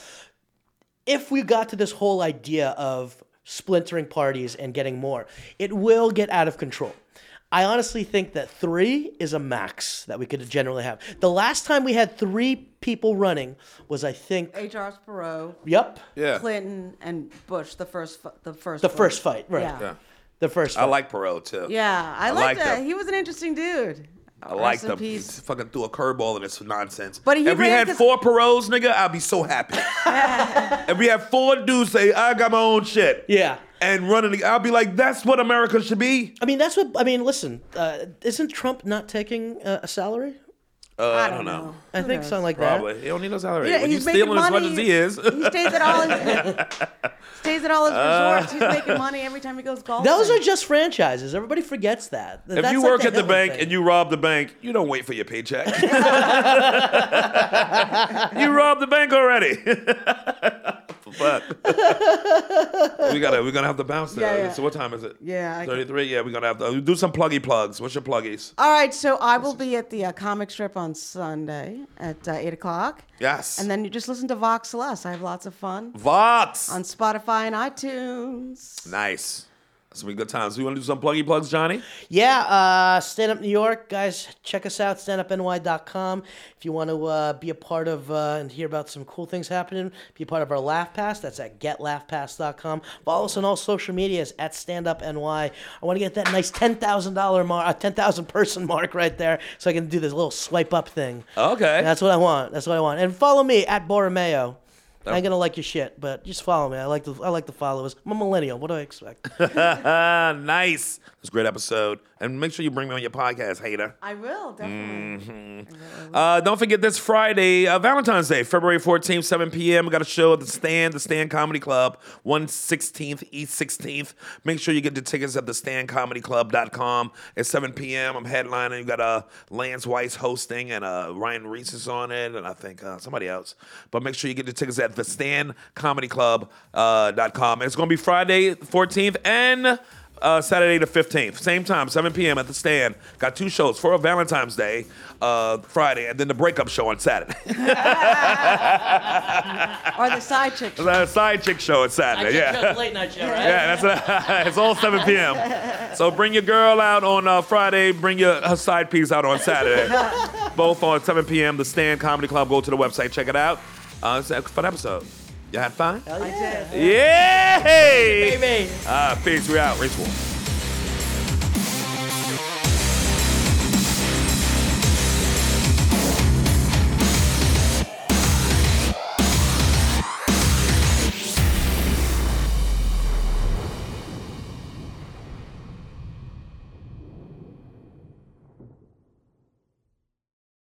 Speaker 7: If we got to this whole idea of splintering parties and getting more, it will get out of control. I honestly think that three is a max that we could generally have. The last time we had three people running was, I think,
Speaker 6: H.R. Perot,
Speaker 7: yep,
Speaker 2: Yeah.
Speaker 6: Clinton, and Bush. The first. fu- The first.
Speaker 7: the
Speaker 6: one.
Speaker 7: first fight, right?
Speaker 6: Yeah. Yeah.
Speaker 7: The first fight.
Speaker 2: I like Perot too.
Speaker 6: Yeah, I, liked
Speaker 2: like
Speaker 6: that.
Speaker 2: him.
Speaker 6: He was an interesting dude.
Speaker 2: I like
Speaker 6: the
Speaker 2: them. He fucking threw a curveball in this nonsense.
Speaker 6: But he
Speaker 2: if we
Speaker 6: ran
Speaker 2: had
Speaker 6: 'cause-
Speaker 2: four Perots, nigga, I'd be so happy. if we had four dudes say, "I got my own shit,"
Speaker 7: Yeah.
Speaker 2: and running, the- I'd be like, "That's what America should be."
Speaker 7: I mean, that's what I mean. Listen, uh, isn't Trump not taking uh, a salary?
Speaker 6: uh, I don't know.
Speaker 7: I think something like
Speaker 2: Probably. He don't need no salary.
Speaker 6: Yeah,
Speaker 2: when you
Speaker 6: he's making
Speaker 2: stealing as much
Speaker 6: money.
Speaker 2: as he is,
Speaker 6: he stays at all his stays at all his resorts. He's making money every time he goes golfing.
Speaker 7: that. Those are just franchises. Everybody forgets that.
Speaker 2: if you work at the bank and you rob the bank, you don't wait for your paycheck. you robbed the bank already. Fuck. we gotta we're gonna have to bounce now.
Speaker 6: Yeah, yeah.
Speaker 2: So what time is it?
Speaker 6: Yeah, I-
Speaker 2: Thirty three? Yeah, we're gonna have to do some pluggy plugs. What's your pluggies?
Speaker 6: all right. So I will be at the uh, comic strip on Sunday at uh, eight o'clock.
Speaker 2: Yes.
Speaker 6: And then you just listen to Vox Less. I have lots of fun
Speaker 2: Vots.
Speaker 6: on Spotify and iTunes.
Speaker 2: nice. That's gonna be good times. We wanna do some pluggy plugs, Johnny?
Speaker 7: yeah, uh, Stand Up New York, guys, check us out, standupny.com. If you want to uh, be a part of uh, and hear about some cool things happening, be a part of our Laugh Pass. That's at getlaughpass.com. Follow us on all social medias at standupny. I want to get that nice ten thousand dollar mark, uh, ten thousand person mark right there, so I can do this little swipe up thing.
Speaker 2: Okay.
Speaker 7: That's what I want. That's what I want. And follow me at Borromeo. I
Speaker 2: Oh.
Speaker 7: ain't gonna like your shit, but just follow me. I like the I like the followers. I'm a millennial. What do I expect?
Speaker 2: Ah, nice. It's a great episode. And make sure you bring me on your podcast, hater.
Speaker 6: I will definitely.
Speaker 2: Uh, don't forget this Friday, uh, Valentine's Day, February 14th, 7 p.m. We got a show at the Stand, the Stand Comedy Club, 116th, East 16th. Make sure you get the tickets at thestandcomedyclub.com at 7 p.m. I'm headlining. You got uh, Lance Weiss hosting, and uh, Ryan Reese is on it, and I think uh, somebody else. But make sure you get the tickets at thestandcomedyclub.com. Uh, dot com. it's going to be Friday, 14th, and uh, Saturday the 15th, same time, 7 p.m. at the stand. Got two shows for Valentine's Day, uh, Friday, and then the breakup show on Saturday.
Speaker 6: Or the side chick. show.
Speaker 2: the side chick show on Saturday, yeah.
Speaker 7: late night show, right?
Speaker 2: Yeah, that's it's all 7 p.m. So bring your girl out on uh, Friday. Bring your her side piece out on Saturday. Both on 7 p.m. The Stand Comedy Club. Go to the website, check it out. Uh, it's a fun episode. You had fun?
Speaker 6: I did.
Speaker 2: Yeah!
Speaker 7: Baby.
Speaker 2: Uh, Ah, peace. We out. Race War.